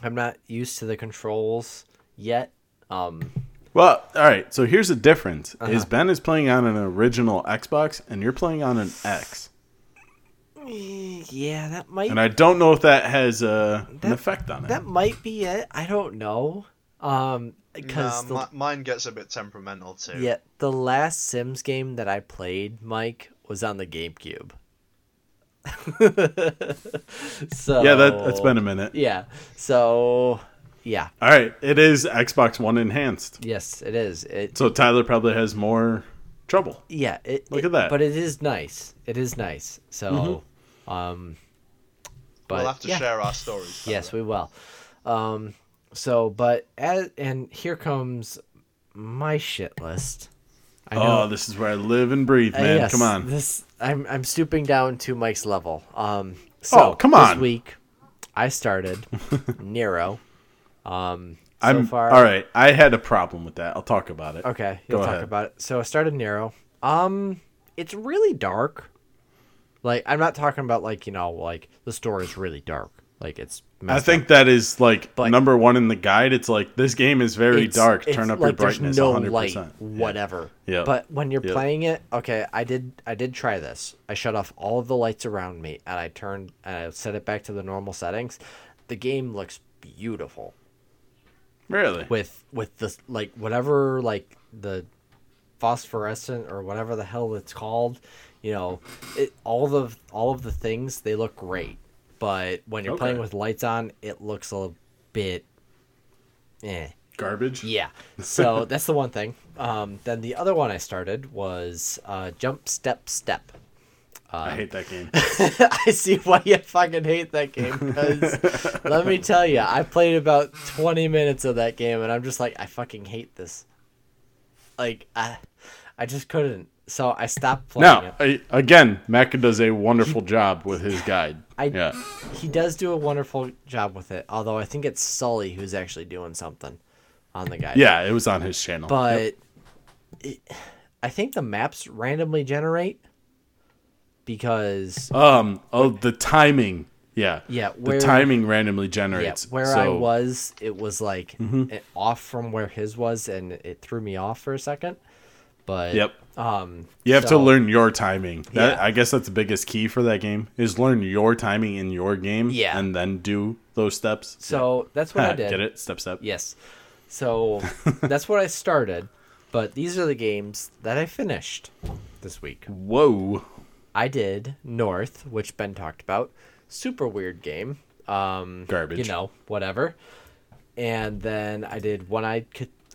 C: I'm not used to the controls yet. Um,
A: Well, all right. So here's the difference:
C: Uh-huh.
A: is Ben is playing on an original Xbox, and you're playing on an X.
C: Yeah, that might
A: And I don't know if that has uh, an effect on it.
C: that might be it. I don't know. Um, because
B: Nah, mi- mine gets a bit temperamental too.
C: the, yeah, the last Sims game that I played, Mike, was on the GameCube. so
A: yeah, that,
C: Oh.
A: that's been a minute.
C: yeah. So yeah,
A: All right, it is Xbox One enhanced,
C: yes, it is. It
A: so Tyler probably has more trouble.
C: yeah. It,
A: Look
C: it-
A: at that.
C: But it is nice. It is nice. So,
A: Mm-hmm.
C: um, but
B: we'll have to
C: yeah.
B: share our stories.
C: Yes,
B: Tyler.
C: we will. Um, so, but as and here comes my shit list. I
A: Oh, this is where I live and breathe, man.
C: Uh, yes,
A: Come on.
C: This I'm I'm stooping down to Mike's level. Um, so
A: Oh, come on.
C: This week, I started Nero. Um, so
A: I'm
C: far,
A: all right. I had a problem with that. I'll talk about it.
C: Okay,
A: Go
C: you'll talk
A: ahead.
C: about it. So I started Nero. Um, it's really dark. Like I'm not talking about like you know like the story is really dark. Like it's.
A: I
C: messed
A: think that is like
C: But-
A: number one in the guide. It's like this game is very
C: It's-
A: dark.
C: it's
A: Turn up
C: like
A: your
C: there's
A: brightness
C: no
A: 100.
C: light,
A: percent
C: whatever.
A: Yeah.
C: But when you're
A: Yeah.
C: playing it, okay, I did I did try this. I shut off all of the lights around me and I turned and I set it back to the normal settings. The game looks beautiful
A: Really?
C: with with the like whatever like the phosphorescent or whatever the hell it's called, you know, it, all of all of the things they look great. But when you're playing
A: Okay.
C: with lights on, it looks a bit eh.
A: Garbage.
C: Yeah. So that's the one thing. Um, then the other one I started was uh, Jump Step Step.
A: I hate that game.
C: I see why you fucking hate that game because let me tell you, I played about 20 minutes of that game and I'm just like, I fucking hate this. Like, I, I just couldn't. So I stopped playing
A: now,
C: it.
A: I, again, Macca does a wonderful job with his guide.
C: I-
A: yeah.
C: He does do a wonderful job with it, although I think it's Sully who's actually doing something on the guy.
A: Yeah, it was on his channel.
C: but it, I think the maps randomly generate because
A: um, oh, the timing. Yeah.
C: Yeah,
A: the
C: where-
A: timing randomly
C: yeah,
A: generates.
C: where
A: so, Mm-hmm.
C: I was, it was like it- off from where his was, and it threw me off for a second. But
A: Yep.
C: um,
A: You have to
C: so-
A: learn your timing. That,
C: Yeah.
A: I guess that's the biggest key for that game is learn your timing in your game.
C: Yeah.
A: And then do those steps.
C: So that's what
A: Yeah.
C: I did.
A: Get it? Step, step.
C: Yes. So that's what I started. But these are the games that I finished this week.
A: Whoa.
C: I did North, which Ben talked about. Super weird game. Um,
A: Garbage.
C: You know, whatever. And then I did One Eyed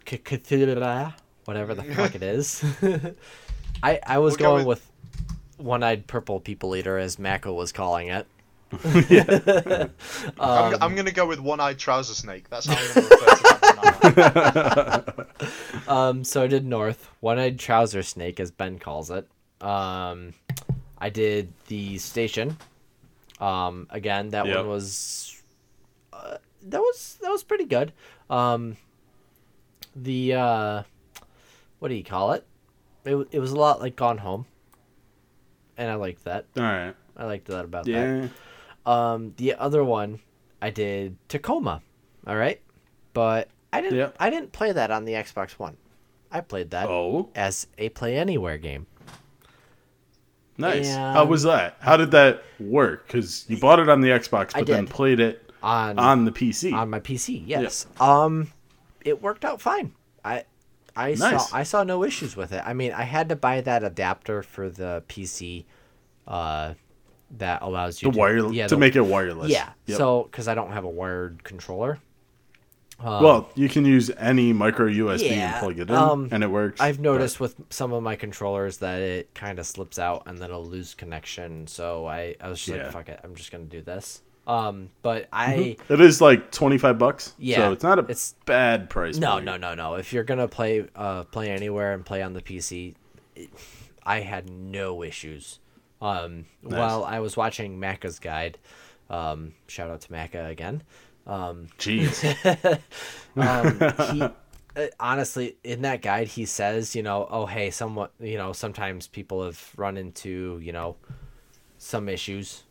C: Cathedra, whatever the fuck it is. I I was
B: We'll go
C: going with, One Eyed Purple People Eater, as Mako was calling it.
B: I'm,
C: um,
B: I'm gonna go with one-eyed trouser snake. That's how I'm gonna refer to that from now on.
C: Um, so I did North, One Eyed Trouser Snake, as Ben calls it. Um, I did the Station. Um, again, that
A: Yep.
C: one was uh, that was that was pretty good. Um, the uh, what do you call it? It wa- it was a lot like Gone Home, and I liked that.
A: All right.
C: I liked that about that.
A: Yeah.
C: Um, the other one I did Tacoma. All right, but I didn't.
A: Yep.
C: I didn't play that on the Xbox One. I played that
A: Oh,
C: as a play anywhere game.
A: nice.
C: And-
A: How was that? How did that work? Because you bought it on the Xbox,
C: I
A: but then
C: did.
A: played it
C: On
A: on the PC.
C: on my PC. Yes. Um, it worked out fine. I I
A: Nice.
C: saw I saw no issues with it. I mean, I had to buy that adapter for the PC, uh, that allows you
A: the wire
C: yeah,
A: to
C: the-
A: make it wireless.
C: yeah.
A: Yep.
C: So because I don't have a wired controller,
A: well, you can use any micro USB and
C: um, Yeah,
A: plug it in,
C: um,
A: and it works.
C: I've noticed with some of my controllers that it kind of slips out and then it'll lose connection. So I I was just
A: Yeah. Mm-hmm.
C: like, fuck it, I'm just gonna do this. Um, but I.
A: It is like twenty five bucks.
C: Yeah,
A: So it's not a
C: it's-
A: bad price.
C: No,
A: point.
C: no, no, no. If you're gonna play, uh, play anywhere and play on the PC, it- I had no issues. Um, While I was watching Macca's guide, um, shout out to Macca again.
A: Jeez.
C: Um, he, uh, honestly, in that guide, he says, you know, oh hey, somewhat, you know, sometimes people have run into, you know, some issues.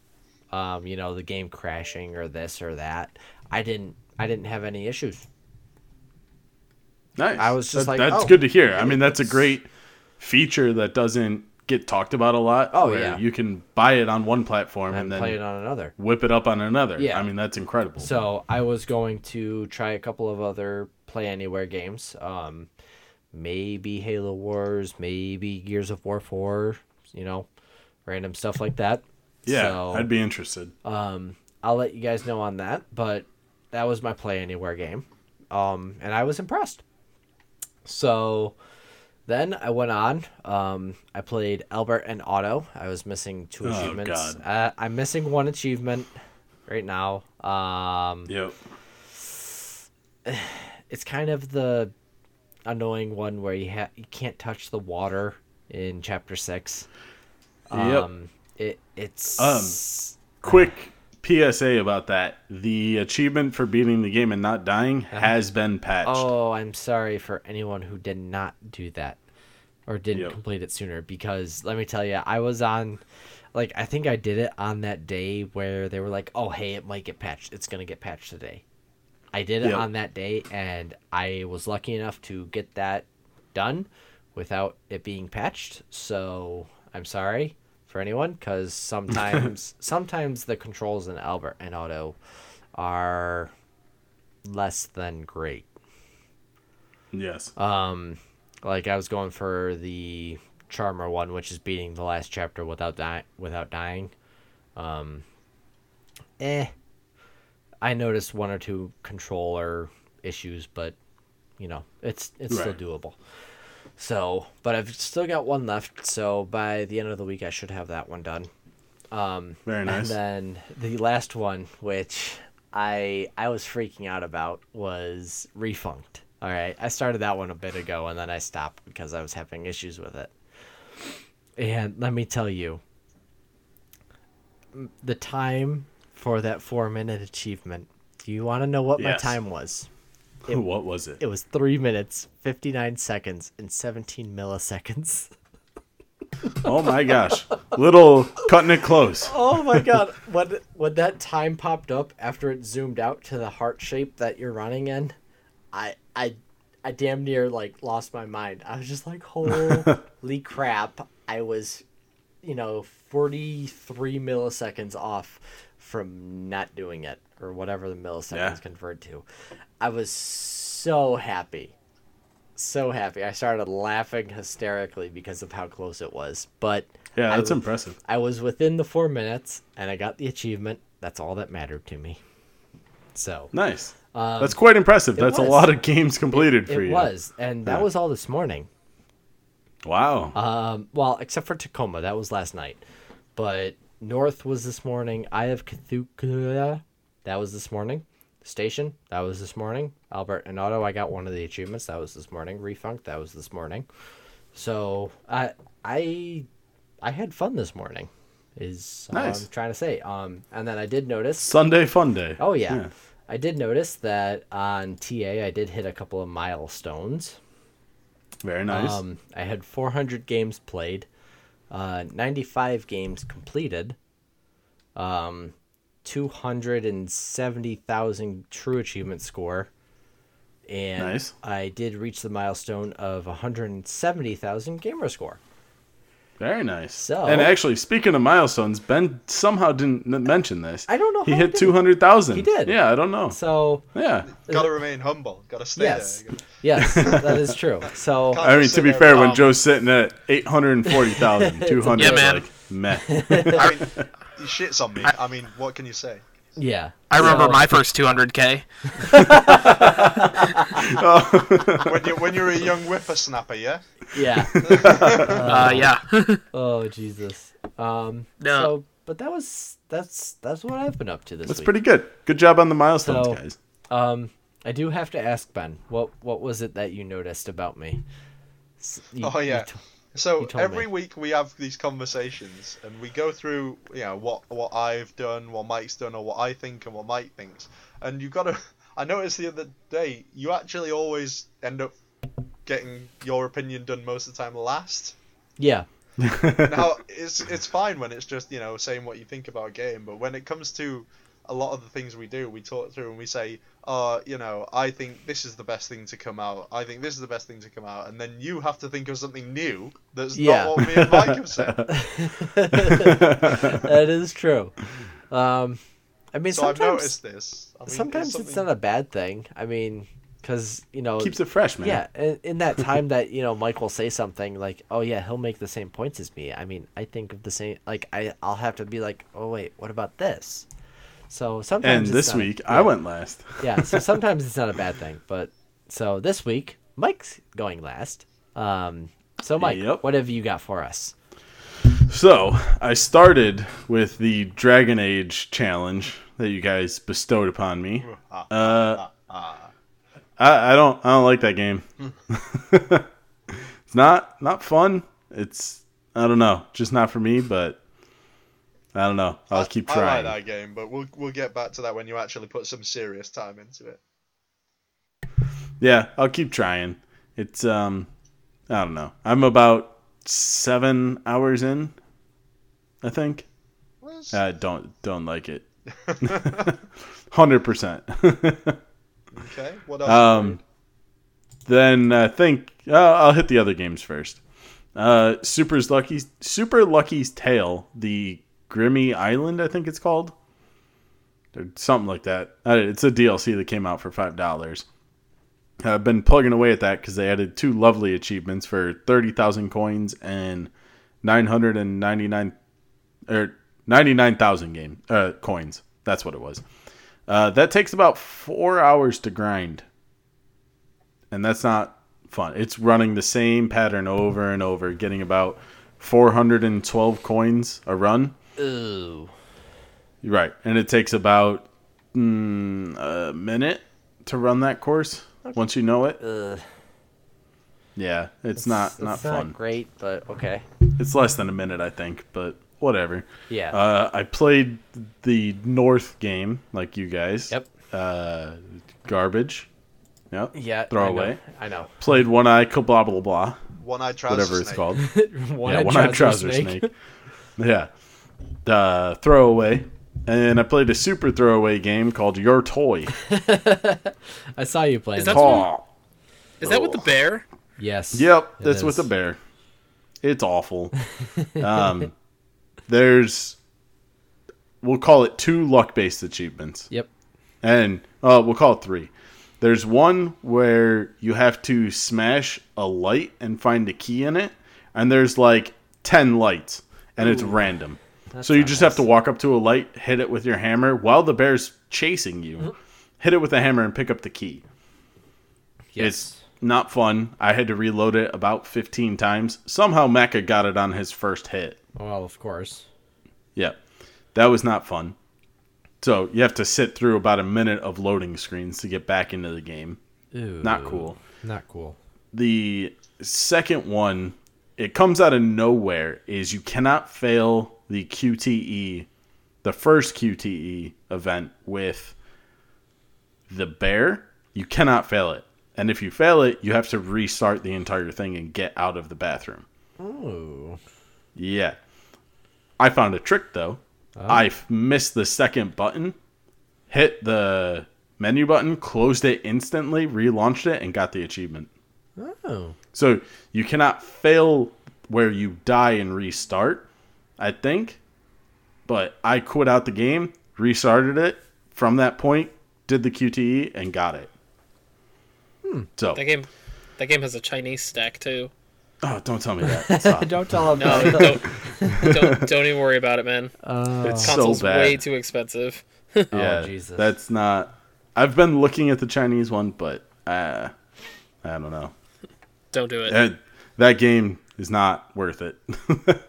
C: Um, you know, the game crashing or this or that. I didn't. I didn't have any issues.
A: Nice.
C: I was just
A: That-
C: like,
A: that's
C: oh,
A: good to hear. I mean, that's a great feature that doesn't get talked about a lot.
C: Oh,
A: where
C: yeah.
A: You can buy it on one platform
C: and
A: and,
C: play it
A: then
C: on another.
A: whip it up on another.
C: Yeah.
A: I mean, that's incredible.
C: So I was going to try a couple of other Play Anywhere games. Um, maybe Halo Wars, maybe Gears of War 4, you know, random stuff like that.
A: yeah,
C: So,
A: I'd be interested.
C: um, I'll let you guys know on that, but that was my Play Anywhere game. Um, and I was impressed. So then I went on. Um, I played Albert and Otto. I was missing two
A: Oh,
C: achievements.
A: God.
C: Uh, I'm missing one achievement right now. Um,
A: Yep.
C: it's kind of the annoying one where you ha- you can't touch the water in chapter six. Um, it it's
A: Quick PSA about that: the achievement for beating the game and not dying has been patched.
C: oh, I'm sorry for anyone who did not do that or didn't
A: Yep.
C: complete it sooner because let me tell you, I was on like I think I did it on that day where they were like, "Oh, hey, it might get patched. It's going to get patched today." I did it
A: Yep.
C: on that day and I was lucky enough to get that done without it being patched. So I'm sorry for anyone because sometimes sometimes the controls in Albert and Auto are less than great.
A: Yes.
C: Um, like I was going for the Charmer one, which is beating the last chapter without dying. Without dying, um, eh. I noticed one or two controller issues, but you know it's it's still
A: Right.
C: doable. So, but I've still got one left. So by the end of the week, I should have that one done.
A: Very nice.
C: And uh, then the last one, which I I was freaking out about, was Refunked. All right, I started that one a bit ago, and then I stopped because I was having issues with it. And let me tell you, m- the time for that four-minute achievement. Do you want to know what
A: Yes.
C: my time was?
A: what was it?
C: It was three minutes, fifty-nine seconds, and seventeen milliseconds.
A: Oh my gosh! Little cutting it close.
C: Oh my god! When when that time popped up after it zoomed out to the heart shape that you're running in, I I I damn near like lost my mind. I was just like, holy crap! I was, you know, forty three milliseconds off from not doing it or whatever the milliseconds
A: Yeah.
C: convert to. I was so happy, so happy. I started laughing hysterically because of how close it was, but.
A: Yeah,
C: I
A: that's
C: was-
A: impressive.
C: I was within the four minutes, and I got the achievement. That's all that mattered to me. So
A: Nice. that's quite impressive. That's
C: Um, was.
A: a lot of games completed for
C: it
A: you.
C: was, and that
A: Yeah.
C: was all this morning.
A: Wow.
C: Um, well, except for Tacoma, that was last night. But North was this morning. I have Cthulhu, that was this morning. Station, that was this morning. Albert and Otto, I got one of the achievements. That was this morning. Refunk, that was this morning. So I I I had fun this morning. Is all
A: Nice.
C: I'm trying to say. Um, and then I did notice
A: Sunday fun day.
C: Oh yeah. I did notice that on TA I did hit a couple of milestones.
A: Very nice.
C: Um, I had 400 games played, uh, 95 games completed, um, 270,000 true achievement score, and
A: Nice.
C: I did reach the milestone of 170,000 gamer score.
A: Very nice.
C: So-
A: and actually, speaking of milestones, Ben somehow didn't n- mention this.
C: I don't know
A: He
C: how
A: hit
C: he did.
A: two hundred thousand.
C: He did.
A: Yeah, I don't know.
C: So
A: yeah.
B: Gotta remain humble. Gotta stay
C: yes,
B: there. You gotta-
C: yes, that is true. So
B: Can't
A: I mean, to
B: just sit
A: be
B: there.
A: fair,
D: Um,
A: when Joe's sitting at 840,000, 200,
D: Yeah, man.
A: like, meh.
B: I mean, he shits on me. I mean, what can you say?
C: yeah,
D: I remember
C: So-
D: my first 200k.
B: When you when you're a young whippersnapper, yeah.
C: yeah.
D: Uh, yeah.
C: Oh Jesus. Um.
D: No.
C: So, but that was that's that's what I've been up to this
A: That's
C: week.
A: pretty good. Good job on the milestones,
C: So-
A: guys.
C: Um. I do have to ask Ben. What what was it that you noticed about me? S- you-
B: Oh,
C: you
B: yeah.
C: t-
B: So
C: You told
B: every
C: me.
B: week we have these conversations and we go through, you know, what what I've done, what Mike's done, or what I think and what Mike thinks. And you gotta. I noticed the other day you actually always end up getting your opinion done most of the time last.
C: yeah.
B: now it's it's fine when it's just you know saying what you think about a game, but when it comes to a lot of the things we do, we talk through and we say, uh, you know, I think this is the best thing to come out. I think this is the best thing to come out, and then you have to think of something new that's
C: Yeah.
B: not what me and Mike have said.
C: that is true. Um, I mean,
B: So I've
C: sometimes
B: noticed this. I mean,
C: sometimes it's
B: something-
C: not a bad thing. I mean, because you know,
A: Keeps it fresh, man.
C: yeah, in, in that time that you know Mike will say something like, "Oh yeah, he'll make the same points as me." I mean, I think of the same. Like I, I'll have to be like, "Oh wait, what about this?" So
A: And
C: sometimes it's
A: this
C: not-
A: week,
C: yeah.
A: I went last.
C: yeah, so sometimes it's not a bad thing. But so this week, Mike's going last. Um, so Mike,
A: Yep.
C: what have you got for us?
A: So I started with the Dragon Age challenge that you guys bestowed upon me.
B: Ah,
A: Uh, I, I don't I don't like that game. it's not not fun. It's I don't know, just not for me. But I don't know. I'll keep
B: I
A: trying.
B: like that game, but we'll we'll get back to that when you actually put some serious time into it.
A: Yeah, I'll keep trying. It's um, I don't know. I'm about seven hours in. I think.
B: Where's-
A: I Uh, don't don't like it. Hundred percent.
B: okay, what else?
A: Um, then I think uh, I'll hit the other games first. Uh, Super's Lucky's Super Lucky's Tale, the Grimmy Island, I think it's called, or something like that. Uh, it's a DLC that came out for five dollars. I've been plugging away at that because they added two lovely achievements for thirty thousand coins and nine hundred and ninety nine or ninety nine thousand game uh, coins. That's what it was. Uh, that takes about four hours to grind and that's not fun. It's running the same pattern over and over, getting about 412 coins a run.
C: Ooh.
A: Right, and it takes about mm, a minute to run that course once you know it.
C: Ugh.
A: Yeah, it's, not not fun.
C: great, but okay.
A: it's less than a minute, I think, but whatever.
C: Yeah.
A: Uh, I played the North game like you guys.
C: Yep.
A: Uh, garbage. Yep.
C: yeah.
A: Throw
C: I know,
A: away.
C: I know.
A: Played one eye, blah blah blah, blah
B: one-eyed trouser
A: whatever it's
B: snake.
A: called.
C: one
A: yeah, one-eyed trouser snake. yeah, uh, throwaway. And I played a super throwaway game called Your Toy.
C: I saw you playing.
D: Is that-
C: that.
A: Paw.
D: Is that with
A: Oh.
D: the bear?
C: Yes.
A: Yep,
C: it
A: that's
C: is.
A: with a bear. It's awful. um, there's, we'll call it two luck-based achievements.
C: Yep.
A: and uh, we'll call it three. There's one where you have to smash a light and find a key in it, and there's like ten lights, and it's random. So you
C: not
A: just have to walk up to a light, hit it with your hammer while the bear's chasing
C: Mm-hmm.
A: you, hit it with a hammer and pick up the key.
C: Yes.
A: It's not fun. I had to reload it about 15 times. Somehow Mecca got it on his first hit.
C: well, of course.
A: Yeah. That was not fun. So you have to sit through about a minute of loading screens to get back into the game.
C: Ooh.
A: Not cool.
C: Not cool.
A: The second one, it comes out of nowhere, is you cannot fail the QTE, the first QTE event with the bear. You cannot fail it. And if you fail it, you have to restart the entire thing and get out of the bathroom.
C: Ooh.
A: Yeah. I found a trick though. I f- missed the second button, hit the menu button, closed it instantly, relaunched it, and got the achievement.
C: Oh.
A: So you cannot fail where you die and restart, I think. But I quit out the game, restarted it from that point, did the QTE, and got it. So,
D: That game, that game has a Chinese stack too.
A: oh, don't tell me that. Stop.
C: Don't tell him.
D: No,
C: that.
D: don't, don't, don't even worry about it, man.
A: Oh.
C: Oh,
A: it's so
D: Console's
A: bad.
D: way too expensive.
A: yeah,
C: Jesus.
A: that's not. I've been looking at the Chinese one, but uh, I don't know.
D: Don't do it.
A: That, that game is not worth it.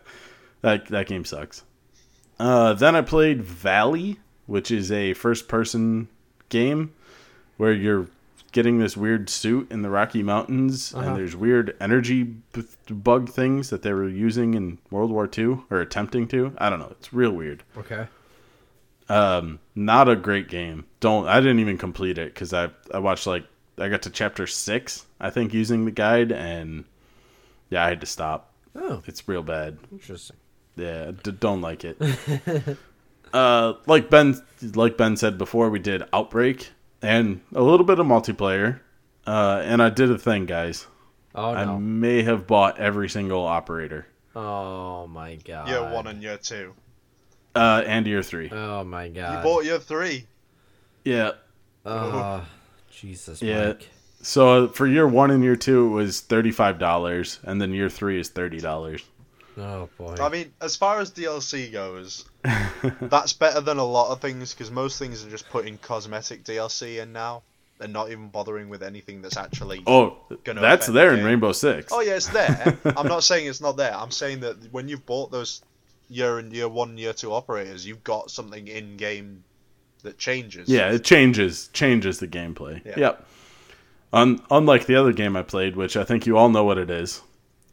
A: that that game sucks. Uh, then I played Valley, which is a first-person game where you're getting this weird suit in the Rocky Mountains, and there's weird energy b- bug things that they were using in World War II or attempting to. I don't know. It's real weird
C: Okay.
A: not a great game. Don't I didn't even complete it because I I watched like I got to chapter six I think using the guide and yeah I had to stop.
C: Oh,
A: It's real bad.
C: interesting.
A: Yeah, d- don't like it. uh, like Ben like Ben said before, we did Outbreak and a little bit of multiplayer. Uh, and I did a thing, guys.
C: Oh
A: I
C: no!
A: may have bought every single operator.
C: Oh my god!
B: Year one and year two.
A: Uh, and year three.
C: Oh my
B: You
A: uh,
C: god!
B: bought year three.
A: Yeah.
C: Oh, Jesus,
A: Yeah.
C: Mike.
A: So for year one and year two, it was thirty five dollars, and then year three is thirty dollars.
C: Oh boy.
B: I mean, as far as DLC goes, that's better than a lot of things because most things are just putting cosmetic DLC in now and not even bothering with anything that's actually.
A: Oh,
B: Gonna
A: that's
B: affect
A: there
B: the
A: in
B: game.
A: Rainbow Six.
B: Oh, yeah, it's there. I'm not saying it's not there. I'm saying that when you've bought those year and year one, year two operators, you've got something in game that changes.
A: Yeah, it changes changes the gameplay.
B: Yeah.
A: Yep. Un- unlike the other game I played, which I think you all know what it is.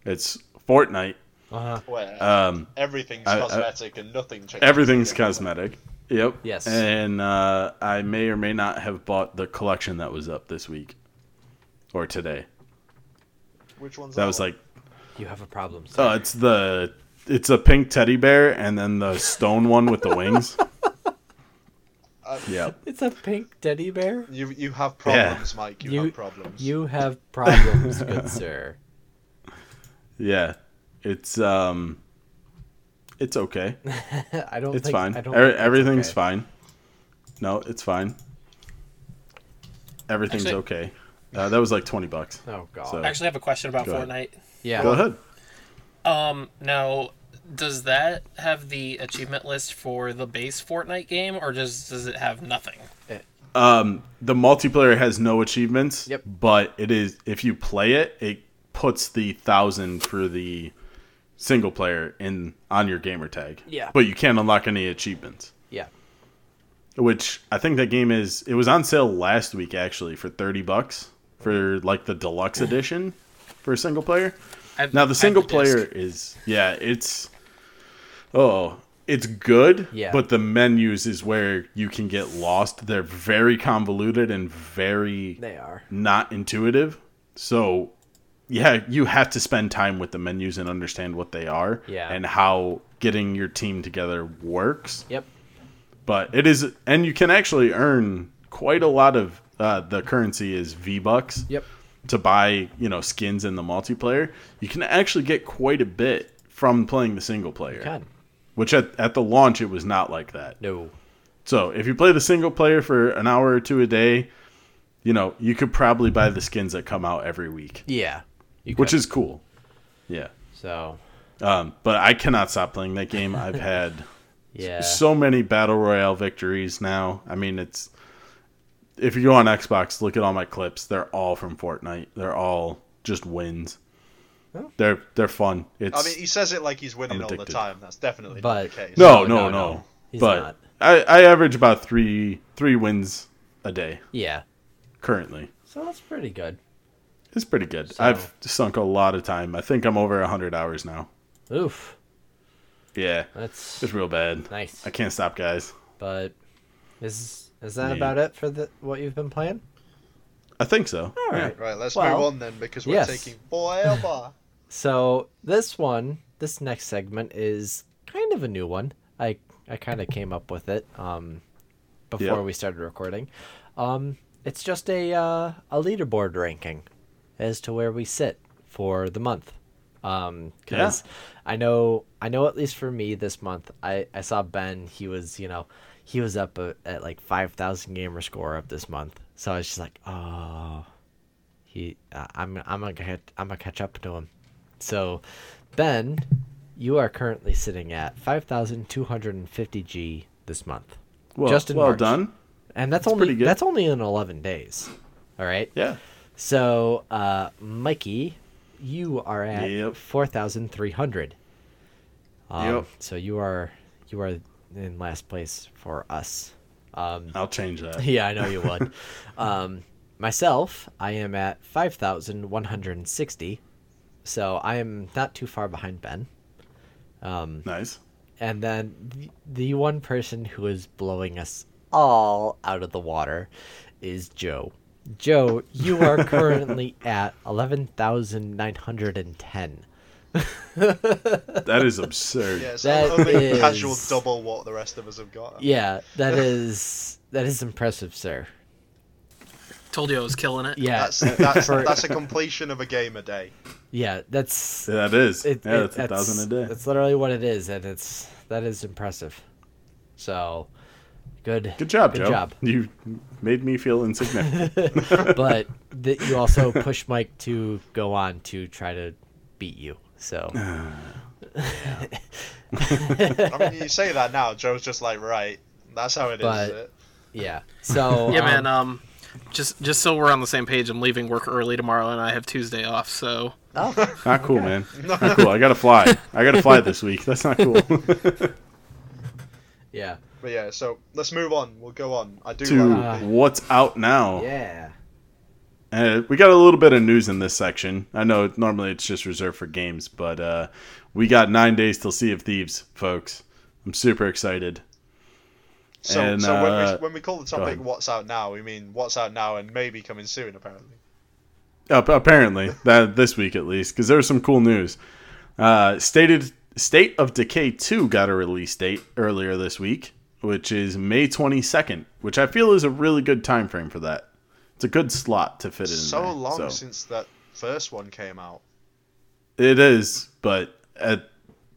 A: It's Fortnite.
C: uh-huh.
B: Where
A: Um,
B: everything's
A: I- I-
B: cosmetic and nothing changes.
A: everything's
B: Yeah.
A: cosmetic. Yep.
C: Yes.
A: And uh, I may or may not have bought the collection that was up this week or today.
B: Which one's
A: That was
B: one?
A: like,
C: You have a problem. sir.
A: oh, it's the it's a pink teddy bear and then the stone one with the wings.
B: Uh,
A: Yep.
C: it's a pink teddy bear.
B: You you have problems, Mike. You,
C: You-
B: have problems.
C: You have problems, good sir.
A: Yeah. It's um. It's okay.
C: I don't.
A: It's
C: think,
A: fine.
C: I don't
A: Every-
C: think it's
A: everything's
C: okay.
A: fine. No, it's fine. Everything's
D: Actually-
A: okay. Uh, that was like twenty bucks.
C: Oh god.
A: So-
D: I actually have a question about
A: Go ahead.
D: Fortnite.
C: yeah.
A: Go ahead.
D: Um, now, does that have the achievement list for the base Fortnite game, or just does it have nothing?
A: The multiplayer has no achievements.
C: Yep.
A: But it is if you play it, it puts the thousand for the single player in on your gamer tag.
C: Yeah.
A: But you can't unlock any achievements.
C: Yeah.
A: Which I think that game is it was on sale last week actually for thirty bucks for like the deluxe edition for a single player.
D: I've,
A: Now the
D: I've
A: single
D: disc.
A: player is yeah, it's oh, it's good.
C: Yeah.
A: But the menus is where you can get lost. They're very convoluted and very
C: They are.
A: not intuitive. So yeah, you have to spend time with the menus and understand what they are
C: Yeah.
A: and how getting your team together works.
C: Yep.
A: But it is, and you can actually earn quite a lot of uh, the currency is V bucks
C: Yep.
A: to buy you know skins in the multiplayer, you can actually get quite a bit from playing the single player.
C: Can.
A: Which at, at the launch it was not like that.
C: No.
A: So if you play the single player for an hour or two a day, you know you could probably buy the skins that come out every week,
C: Yeah. You
A: which
C: could.
A: is cool. Yeah,
C: so.
A: um, but I cannot stop playing that game. I've had
C: Yeah.
A: so many battle royale victories now. I mean, it's if you go on Xbox, look at all my clips. They're all from Fortnite. They're all just wins.
C: Oh.
A: They're they're fun. It's
B: I mean, he says it like he's winning all the
A: addicted.
B: time. That's definitely not
C: But-
B: the case.
A: no,
C: no,
A: no, no.
C: no, no. He's
A: But
C: not.
A: I I average about three three wins a day
C: yeah.
A: currently.
C: So that's pretty good.
A: It's pretty good.
C: So-
A: I've sunk a lot of time. I think I'm over hundred hours now.
C: Oof.
A: Yeah,
C: That's
A: it's real bad.
C: nice.
A: I can't stop, guys.
C: But is is that
A: Yeah.
C: about it for the what you've been playing?
A: I think so.
C: All
A: Yeah.
C: right.
B: Right, let's
C: Well,
B: move on then because we're
C: yes.
B: taking forever.
C: So this one, this next segment is kind of a new one. I I kind of came up with it um, before
A: Yeah.
C: we started recording. Um, it's just a uh, a leaderboard ranking as to where we sit for the month. Um, because I know I know at least for me this month, I I saw Ben. He was you know he was up uh at like five thousand gamer score up this month. So I was just like, oh, he uh, I'm I'm gonna catch, I'm gonna catch up to him. So, Ben, you are currently sitting at five thousand two hundred and fifty G this month,
A: Well,
C: Just in
A: well
C: March.
A: done.
C: and that's,
A: pretty
C: only
A: good.
C: that's only in eleven days. All right.
A: Yeah.
C: So, uh, Mikey, you are at
A: Yep.
C: four thousand three hundred. Um,
A: Yep.
C: So you are you are in last place for us. Um,
A: I'll change that.
C: yeah, I know you would. um, myself, I am at 5,160. So I am not too far behind Ben.
A: Nice.
C: And then the, the one person who is blowing us all out of the water is Joe. Joe, you are currently at 11,910.
A: That is absurd.
B: Yeah, it's
C: That
B: a little bit casual
C: is-
B: double what the rest of us have got.
C: Yeah, that is that is impressive, sir.
D: Told you I was killing it.
C: Yeah,
B: That's that's, that's a completion of a game a day.
C: yeah, that's
A: Yeah, that is.
C: it,
A: yeah,
C: it-
A: that's a thousand a day.
C: That's literally what it is, and it's that is impressive. So good.
A: Good job,
C: Good
A: Joe.
C: job.
A: You made me feel insignificant.
C: but th- you also push Mike to go on to try to beat you. So
B: I mean, you say that now, Joe's just like, right, that's how it is.
C: But-
B: is it?
C: yeah. So
D: Yeah,
C: um,
D: man. Um, just just so we're on the same page, I'm leaving work early tomorrow, and I have Tuesday off. So
C: oh,
A: not cool, man. Not cool. I gotta fly. I gotta fly this week. That's not cool.
C: yeah.
B: But yeah, so let's move on. We'll go on. I do.
A: to
B: Like,
A: what's out now.
C: Yeah.
A: Uh, we got a little bit of news in this section. I know normally it's just reserved for games, but uh, we got nine days till Sea of Thieves, folks. I'm super excited.
B: so
A: and,
B: so when,
A: uh,
B: we, when we call the topic
A: ahead.
B: "What's out now," we mean what's out now and maybe coming soon. Apparently,
A: Ap- apparently, that this week at least, because there was some cool news. Uh, stated State of Decay 2 got a release date earlier this week, which is May 22nd, which I feel is a really good time frame for that. It's a good slot to fit it in.
B: so
A: there,
B: long
A: so.
B: since that first one came out.
A: It is, but at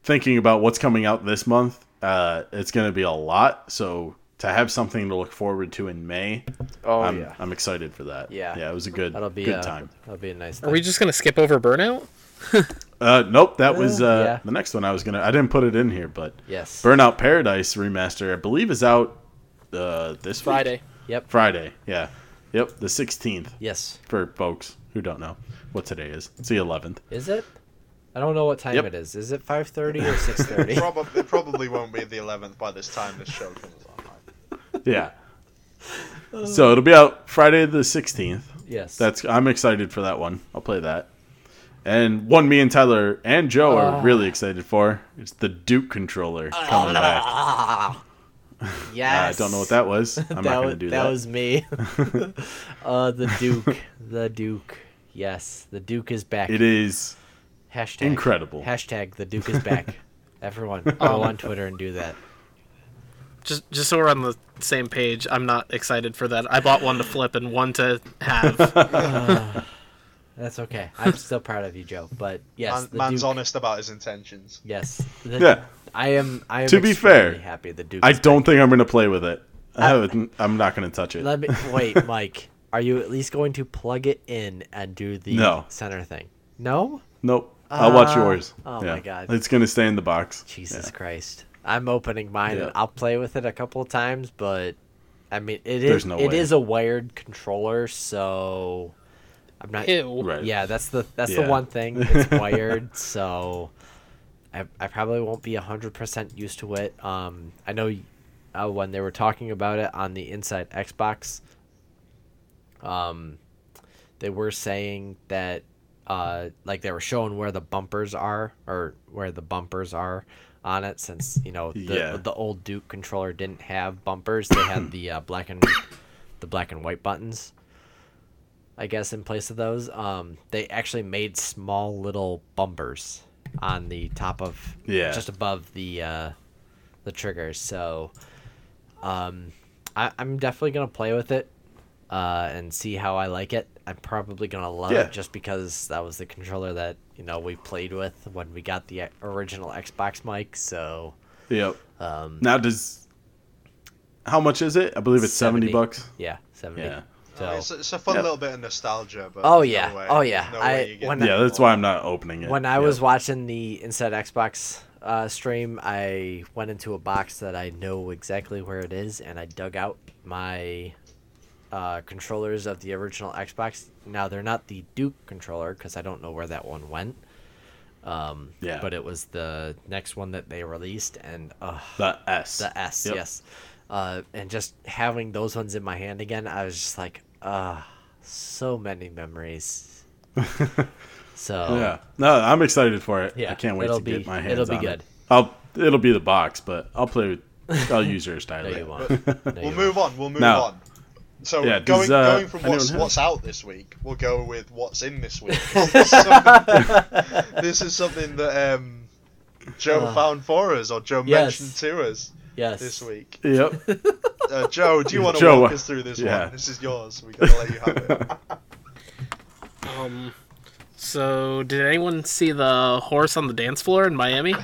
A: thinking about what's coming out this month, uh, it's going to be a lot. So to have something to look forward to in May,
C: Oh
A: I'm,
C: yeah.
A: I'm excited for that.
C: Yeah.
A: yeah, it was a good
C: That'll be uh,
A: good
C: a,
A: time.
C: That'll be a nice.
D: are we
C: thing.
D: just gonna skip over burnout?
A: Uh, nope, that was
C: Uh,
A: uh,
C: yeah.
A: the next one I was gonna. I didn't put it in here, but
C: Yes.
A: Burnout Paradise remaster, I believe, is out uh, this week?
D: Friday.
C: Yep.
A: Friday, yeah, yep, the 16th
C: Yes.
A: for folks who don't know what today is. It's the 11th.
C: Is it? I don't know what time
A: Yep.
C: it is. Is it five thirty or six thirty?
B: Probably, it probably won't be the eleventh by this time this show comes out.
A: Yeah. So it'll be out Friday the 16th.
C: yes.
A: That's I'm excited for that one. I'll play that. And one me and Tyler and Joe
C: Ah.
A: are really excited for is the Duke controller coming back. Uh,
C: ah.
A: I
C: Yes.
A: don't know what that was. I'm not
C: wa-
A: going to do that.
C: was me. uh, the Duke. the Duke. Yes, the Duke is back.
A: It is
C: Hashtag
A: incredible.
C: Hashtag the Duke is back. Everyone, go on Twitter and do that.
D: Just just so we're on the same page, I'm not excited for that. I bought one to flip and one to have.
C: That's okay. I'm still proud of you, Joe. But yes,
B: Man,
C: the
B: man's
C: Duke-
B: honest about his intentions.
C: Yes. the-
A: Yeah.
C: I am. I am.
A: To be
C: extremely
A: fair,
C: happy the Duke.
A: I
C: is
A: don't think I'm going to play with it. I haven't, I'm not going to touch it.
C: Let me wait, Mike. Are you at least going to plug it in and do the
A: No.
C: center thing? No.
A: Nope. I'll watch
C: Uh,
A: yours.
C: oh my God.
A: It's going to stay in the box.
C: Jesus Christ. I'm opening mine and
A: Yeah.
C: I'll play with it a couple of times, but I mean it
A: There's
C: is
A: no
C: it
A: way.
C: is a wired controller, so I'm not
D: Ew.
A: Right.
C: Yeah, that's the that's
A: Yeah.
C: the one thing. It's wired, so I, I probably won't be hundred percent used to it. Um, I know uh, when they were talking about it on the Inside Xbox, um, they were saying that uh, like they were showing where the bumpers are or where the bumpers are on it since you know the,
A: Yeah.
C: the old duke controller didn't have bumpers they had the uh, black and the black and white buttons I guess in place of those, um, they actually made small little bumpers on the top of
A: Yeah.
C: just above the uh, the triggers. So um, I, I'm definitely gonna play with it uh, and see how I like it. I'm probably gonna love
A: Yeah.
C: it just because that was the controller that you know we played with when we got the uh, original Xbox mic. So
A: Yep.
C: Um,
A: now, does. How much is it? I believe it's 70 bucks.
C: yeah, seventy.
A: Yeah.
C: So
B: I mean, Oh, it's, it's a fun
A: Yeah.
B: little bit of nostalgia, but
C: Oh,
B: there's
C: yeah.
B: no way-
C: Oh, yeah.
B: no
C: I-
B: way you get
C: when
B: that
A: Yeah, that's
B: one.
A: why I'm not opening it.
C: When I
A: Yep.
C: was watching the Inside Xbox uh, stream, I went into a box that I know exactly where it is, and I dug out my uh, controllers of the original Xbox. Now they're not the Duke controller because I don't know where that one went. Um,
A: Yeah.
C: But it was the next one that they released, and uh,
A: The S.
C: the S,
A: Yep.
C: yes. Uh, and just having those ones in my hand again, I was just like, ah, so many memories. so
A: Yeah. No, I'm excited for it.
C: Oh. Yeah,
A: I can't wait
C: it'll
A: to
C: be-
A: get my hands
C: it'll be
A: on
C: good.
A: it. I'll it'll be the box, but I'll play with I'll use yours, Tyler.
C: No, you won't. No, you
B: We'll
C: won't.
B: move on. We'll move
A: No.
B: on. So
A: Yeah,
B: going,
A: does, uh,
B: going from
A: anyone
B: what's
A: have-
B: what's out this week, we'll go with what's in this week. This is something, this is something that um, Joe
C: Uh,
B: found for us, or Joe
C: yes.
B: mentioned to us
C: Yes.
B: this week.
A: Yep.
B: Uh, Joe, do you want to
A: Joe,
B: walk
A: uh,
B: us through this
A: yeah.
B: one? This is yours. We're gonna let you have it.
D: Um, so did anyone see the horse on the dance floor in Miami?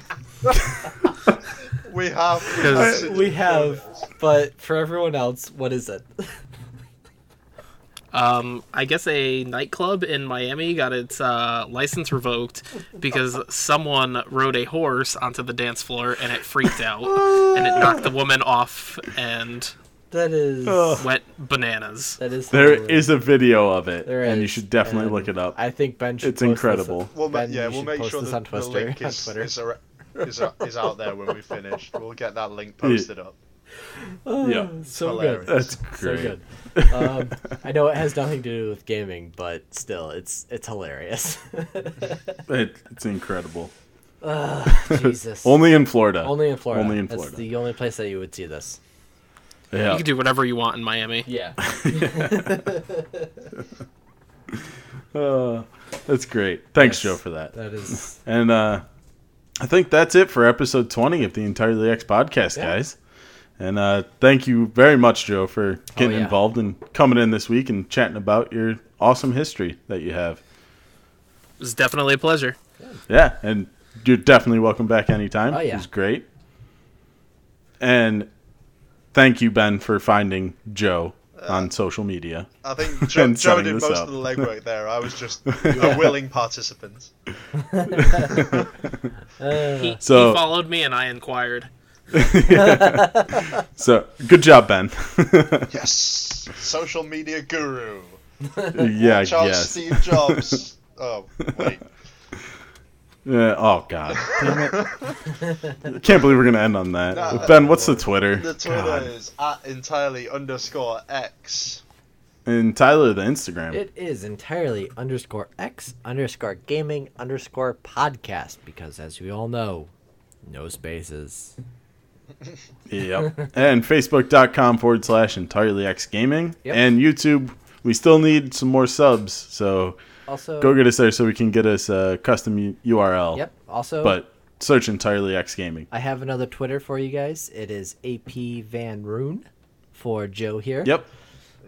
B: We have.
D: Because-
B: have-
C: We have, but for everyone else, what is it?
D: Um, I guess a nightclub in Miami got its uh, license revoked because someone rode a horse onto the dance floor and it freaked out and it knocked the woman off and
C: That is.
A: Ugh.
D: went bananas.
C: That is.
A: There
C: hilarious.
A: is a video of it,
C: There
A: and you
C: is,
A: should definitely
C: and
A: look it up.
C: I think Ben. Should
A: It's
C: post
A: incredible.
C: This.
B: We'll ma-
C: Ben,
B: yeah,
C: you
B: we'll
C: should
B: make
C: post
B: sure
C: this
B: that
C: on
B: the
C: Twister.
B: link
C: on
B: is,
C: Twitter.
B: is, ar- is, ar- is out there when we finish. We'll get that link posted up.
C: Oh,
A: Yeah.
C: so
B: Hilarious.
C: good.
A: That's
C: So
A: great.
C: good. Um, I know it has nothing to do with gaming, but still, it's it's hilarious.
A: It, it's incredible.
C: Jesus.
A: Only in Florida.
C: Only in Florida.
A: Only in
C: That's
A: Florida.
C: the only place that you would see this.
A: yeah.
D: You can do whatever you want in Miami.
C: Yeah.
A: Uh, that's great. Thanks,
C: Yes.
A: Joe, for that.
C: That is.
A: And uh, I think that's it for episode 20 of the Entirely X podcast,
C: Yeah.
A: guys. And uh, thank you very much, Joe, for getting
C: Oh, yeah.
A: involved and coming in this week and chatting about your awesome history that you have.
D: It was definitely a pleasure.
A: Yeah, and you're definitely welcome back anytime.
C: Oh, yeah.
A: It was great. And thank you, Ben, for finding Joe
B: Uh,
A: on social media.
B: I think Joe,
A: And
B: Joe
A: setting
B: did
A: this
B: most
A: up.
B: of the legwork there. I was just a willing participant.
C: Uh,
D: He,
A: So-
D: he followed me and I inquired.
A: So good job, Ben.
B: Yes, social media guru,
A: yeah,
B: Charles
A: yes.
B: Steve Jobs. oh wait,
A: Yeah, oh God, damn it! Can't believe we're gonna end on that.
B: Nah.
A: ben, what's the Twitter?
B: the Twitter
A: God.
B: is at entirely underscore X.
A: and Tyler the Instagram.
C: it is entirely underscore x underscore gaming underscore podcast because, as we all know, no spaces.
A: Yep. and Facebook.com forward slash entirely X Gaming
C: Yep.
A: and YouTube. We still need some more subs, so
C: Also.
A: go get us there so we can get us a custom U- URL.
C: Yep. Also.
A: But search entirely X Gaming.
C: I have another Twitter for you guys. It is AP Van Roon for Joe here.
A: Yep.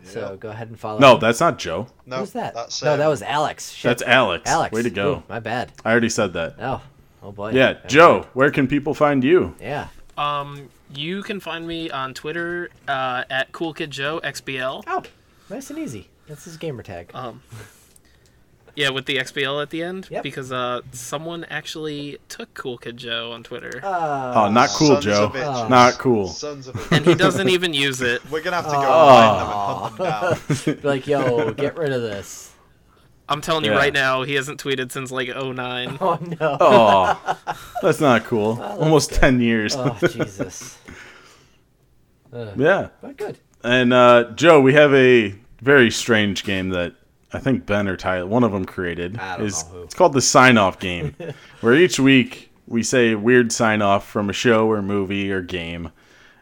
C: So go ahead and follow.
A: No,
C: him.
A: that's not Joe.
B: No,
C: who's that?
B: That's,
C: no,
B: um,
C: that was Alex. Shit.
A: That's Alex.
C: Alex.
A: Way to go.
C: Ooh, my bad.
A: I already said that.
C: Oh, oh boy.
A: Yeah,
C: Okay.
A: Joe. Where can people find you?
C: Yeah.
D: Um, you can find me on Twitter uh, at Cool Kid Joe XBL.
C: Oh, nice and easy. That's his gamer tag.
B: Oh.
D: Um, yeah, with the XBL at the end
C: Yep.
D: because uh, someone actually took Cool Kid Joe on Twitter,
C: Uh,
A: Oh, not cool,
B: sons
A: Joe.
B: of
C: Ah.
B: bitches.
A: Not cool.
B: Sons of
D: and
B: bitches.
D: he doesn't even use it.
B: We're gonna have to go
C: Ah.
B: and find them and hunt them down.
C: be like, yo, get rid of this.
D: I'm telling you
A: Yeah.
D: right now, he hasn't tweeted since like 09.
C: Oh no. Oh,
A: Oh, that's not cool. Almost 10 years.
C: Oh. Jesus. Ugh.
A: yeah.
C: But good.
A: And uh, Joe, we have a very strange game that I think Ben or Tyler, one of them created.
C: I don't
A: is,
C: know who.
A: It's called the sign off game, where each week we say a weird sign off from a show or movie or game,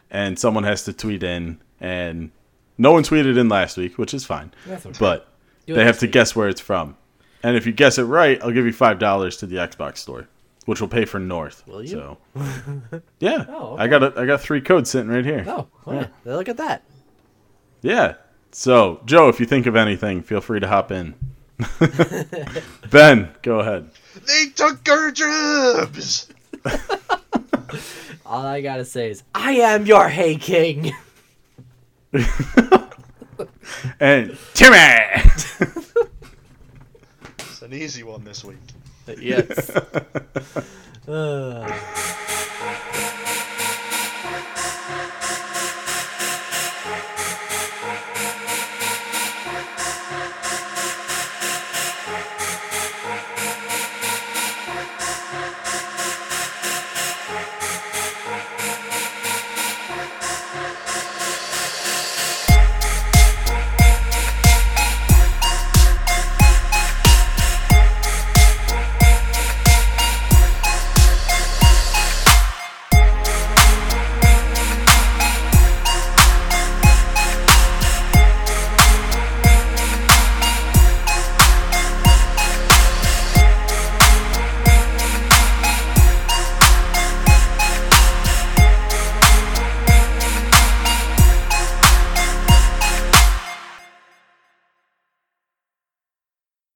A: and someone has to tweet in. And no one tweeted in last week, which is fine.
C: That's okay.
A: But
C: Do it
A: they have
C: next
A: to
C: week.
A: guess where it's from. And if you guess it right, I'll give you $5 to the Xbox store, which will pay for North.
C: Will you?
A: So. Yeah,
C: Oh,
A: I
C: okay.
A: got a, I got three codes sitting right here.
C: Oh, what? look at that.
A: Yeah. So, Joe, if you think of anything, feel free to hop in. ben, go ahead.
B: They took our jobs.
C: All I gotta say is, I am your Hey King.
A: And Timmy.
B: It's an easy one this week.
C: yes. Ugh.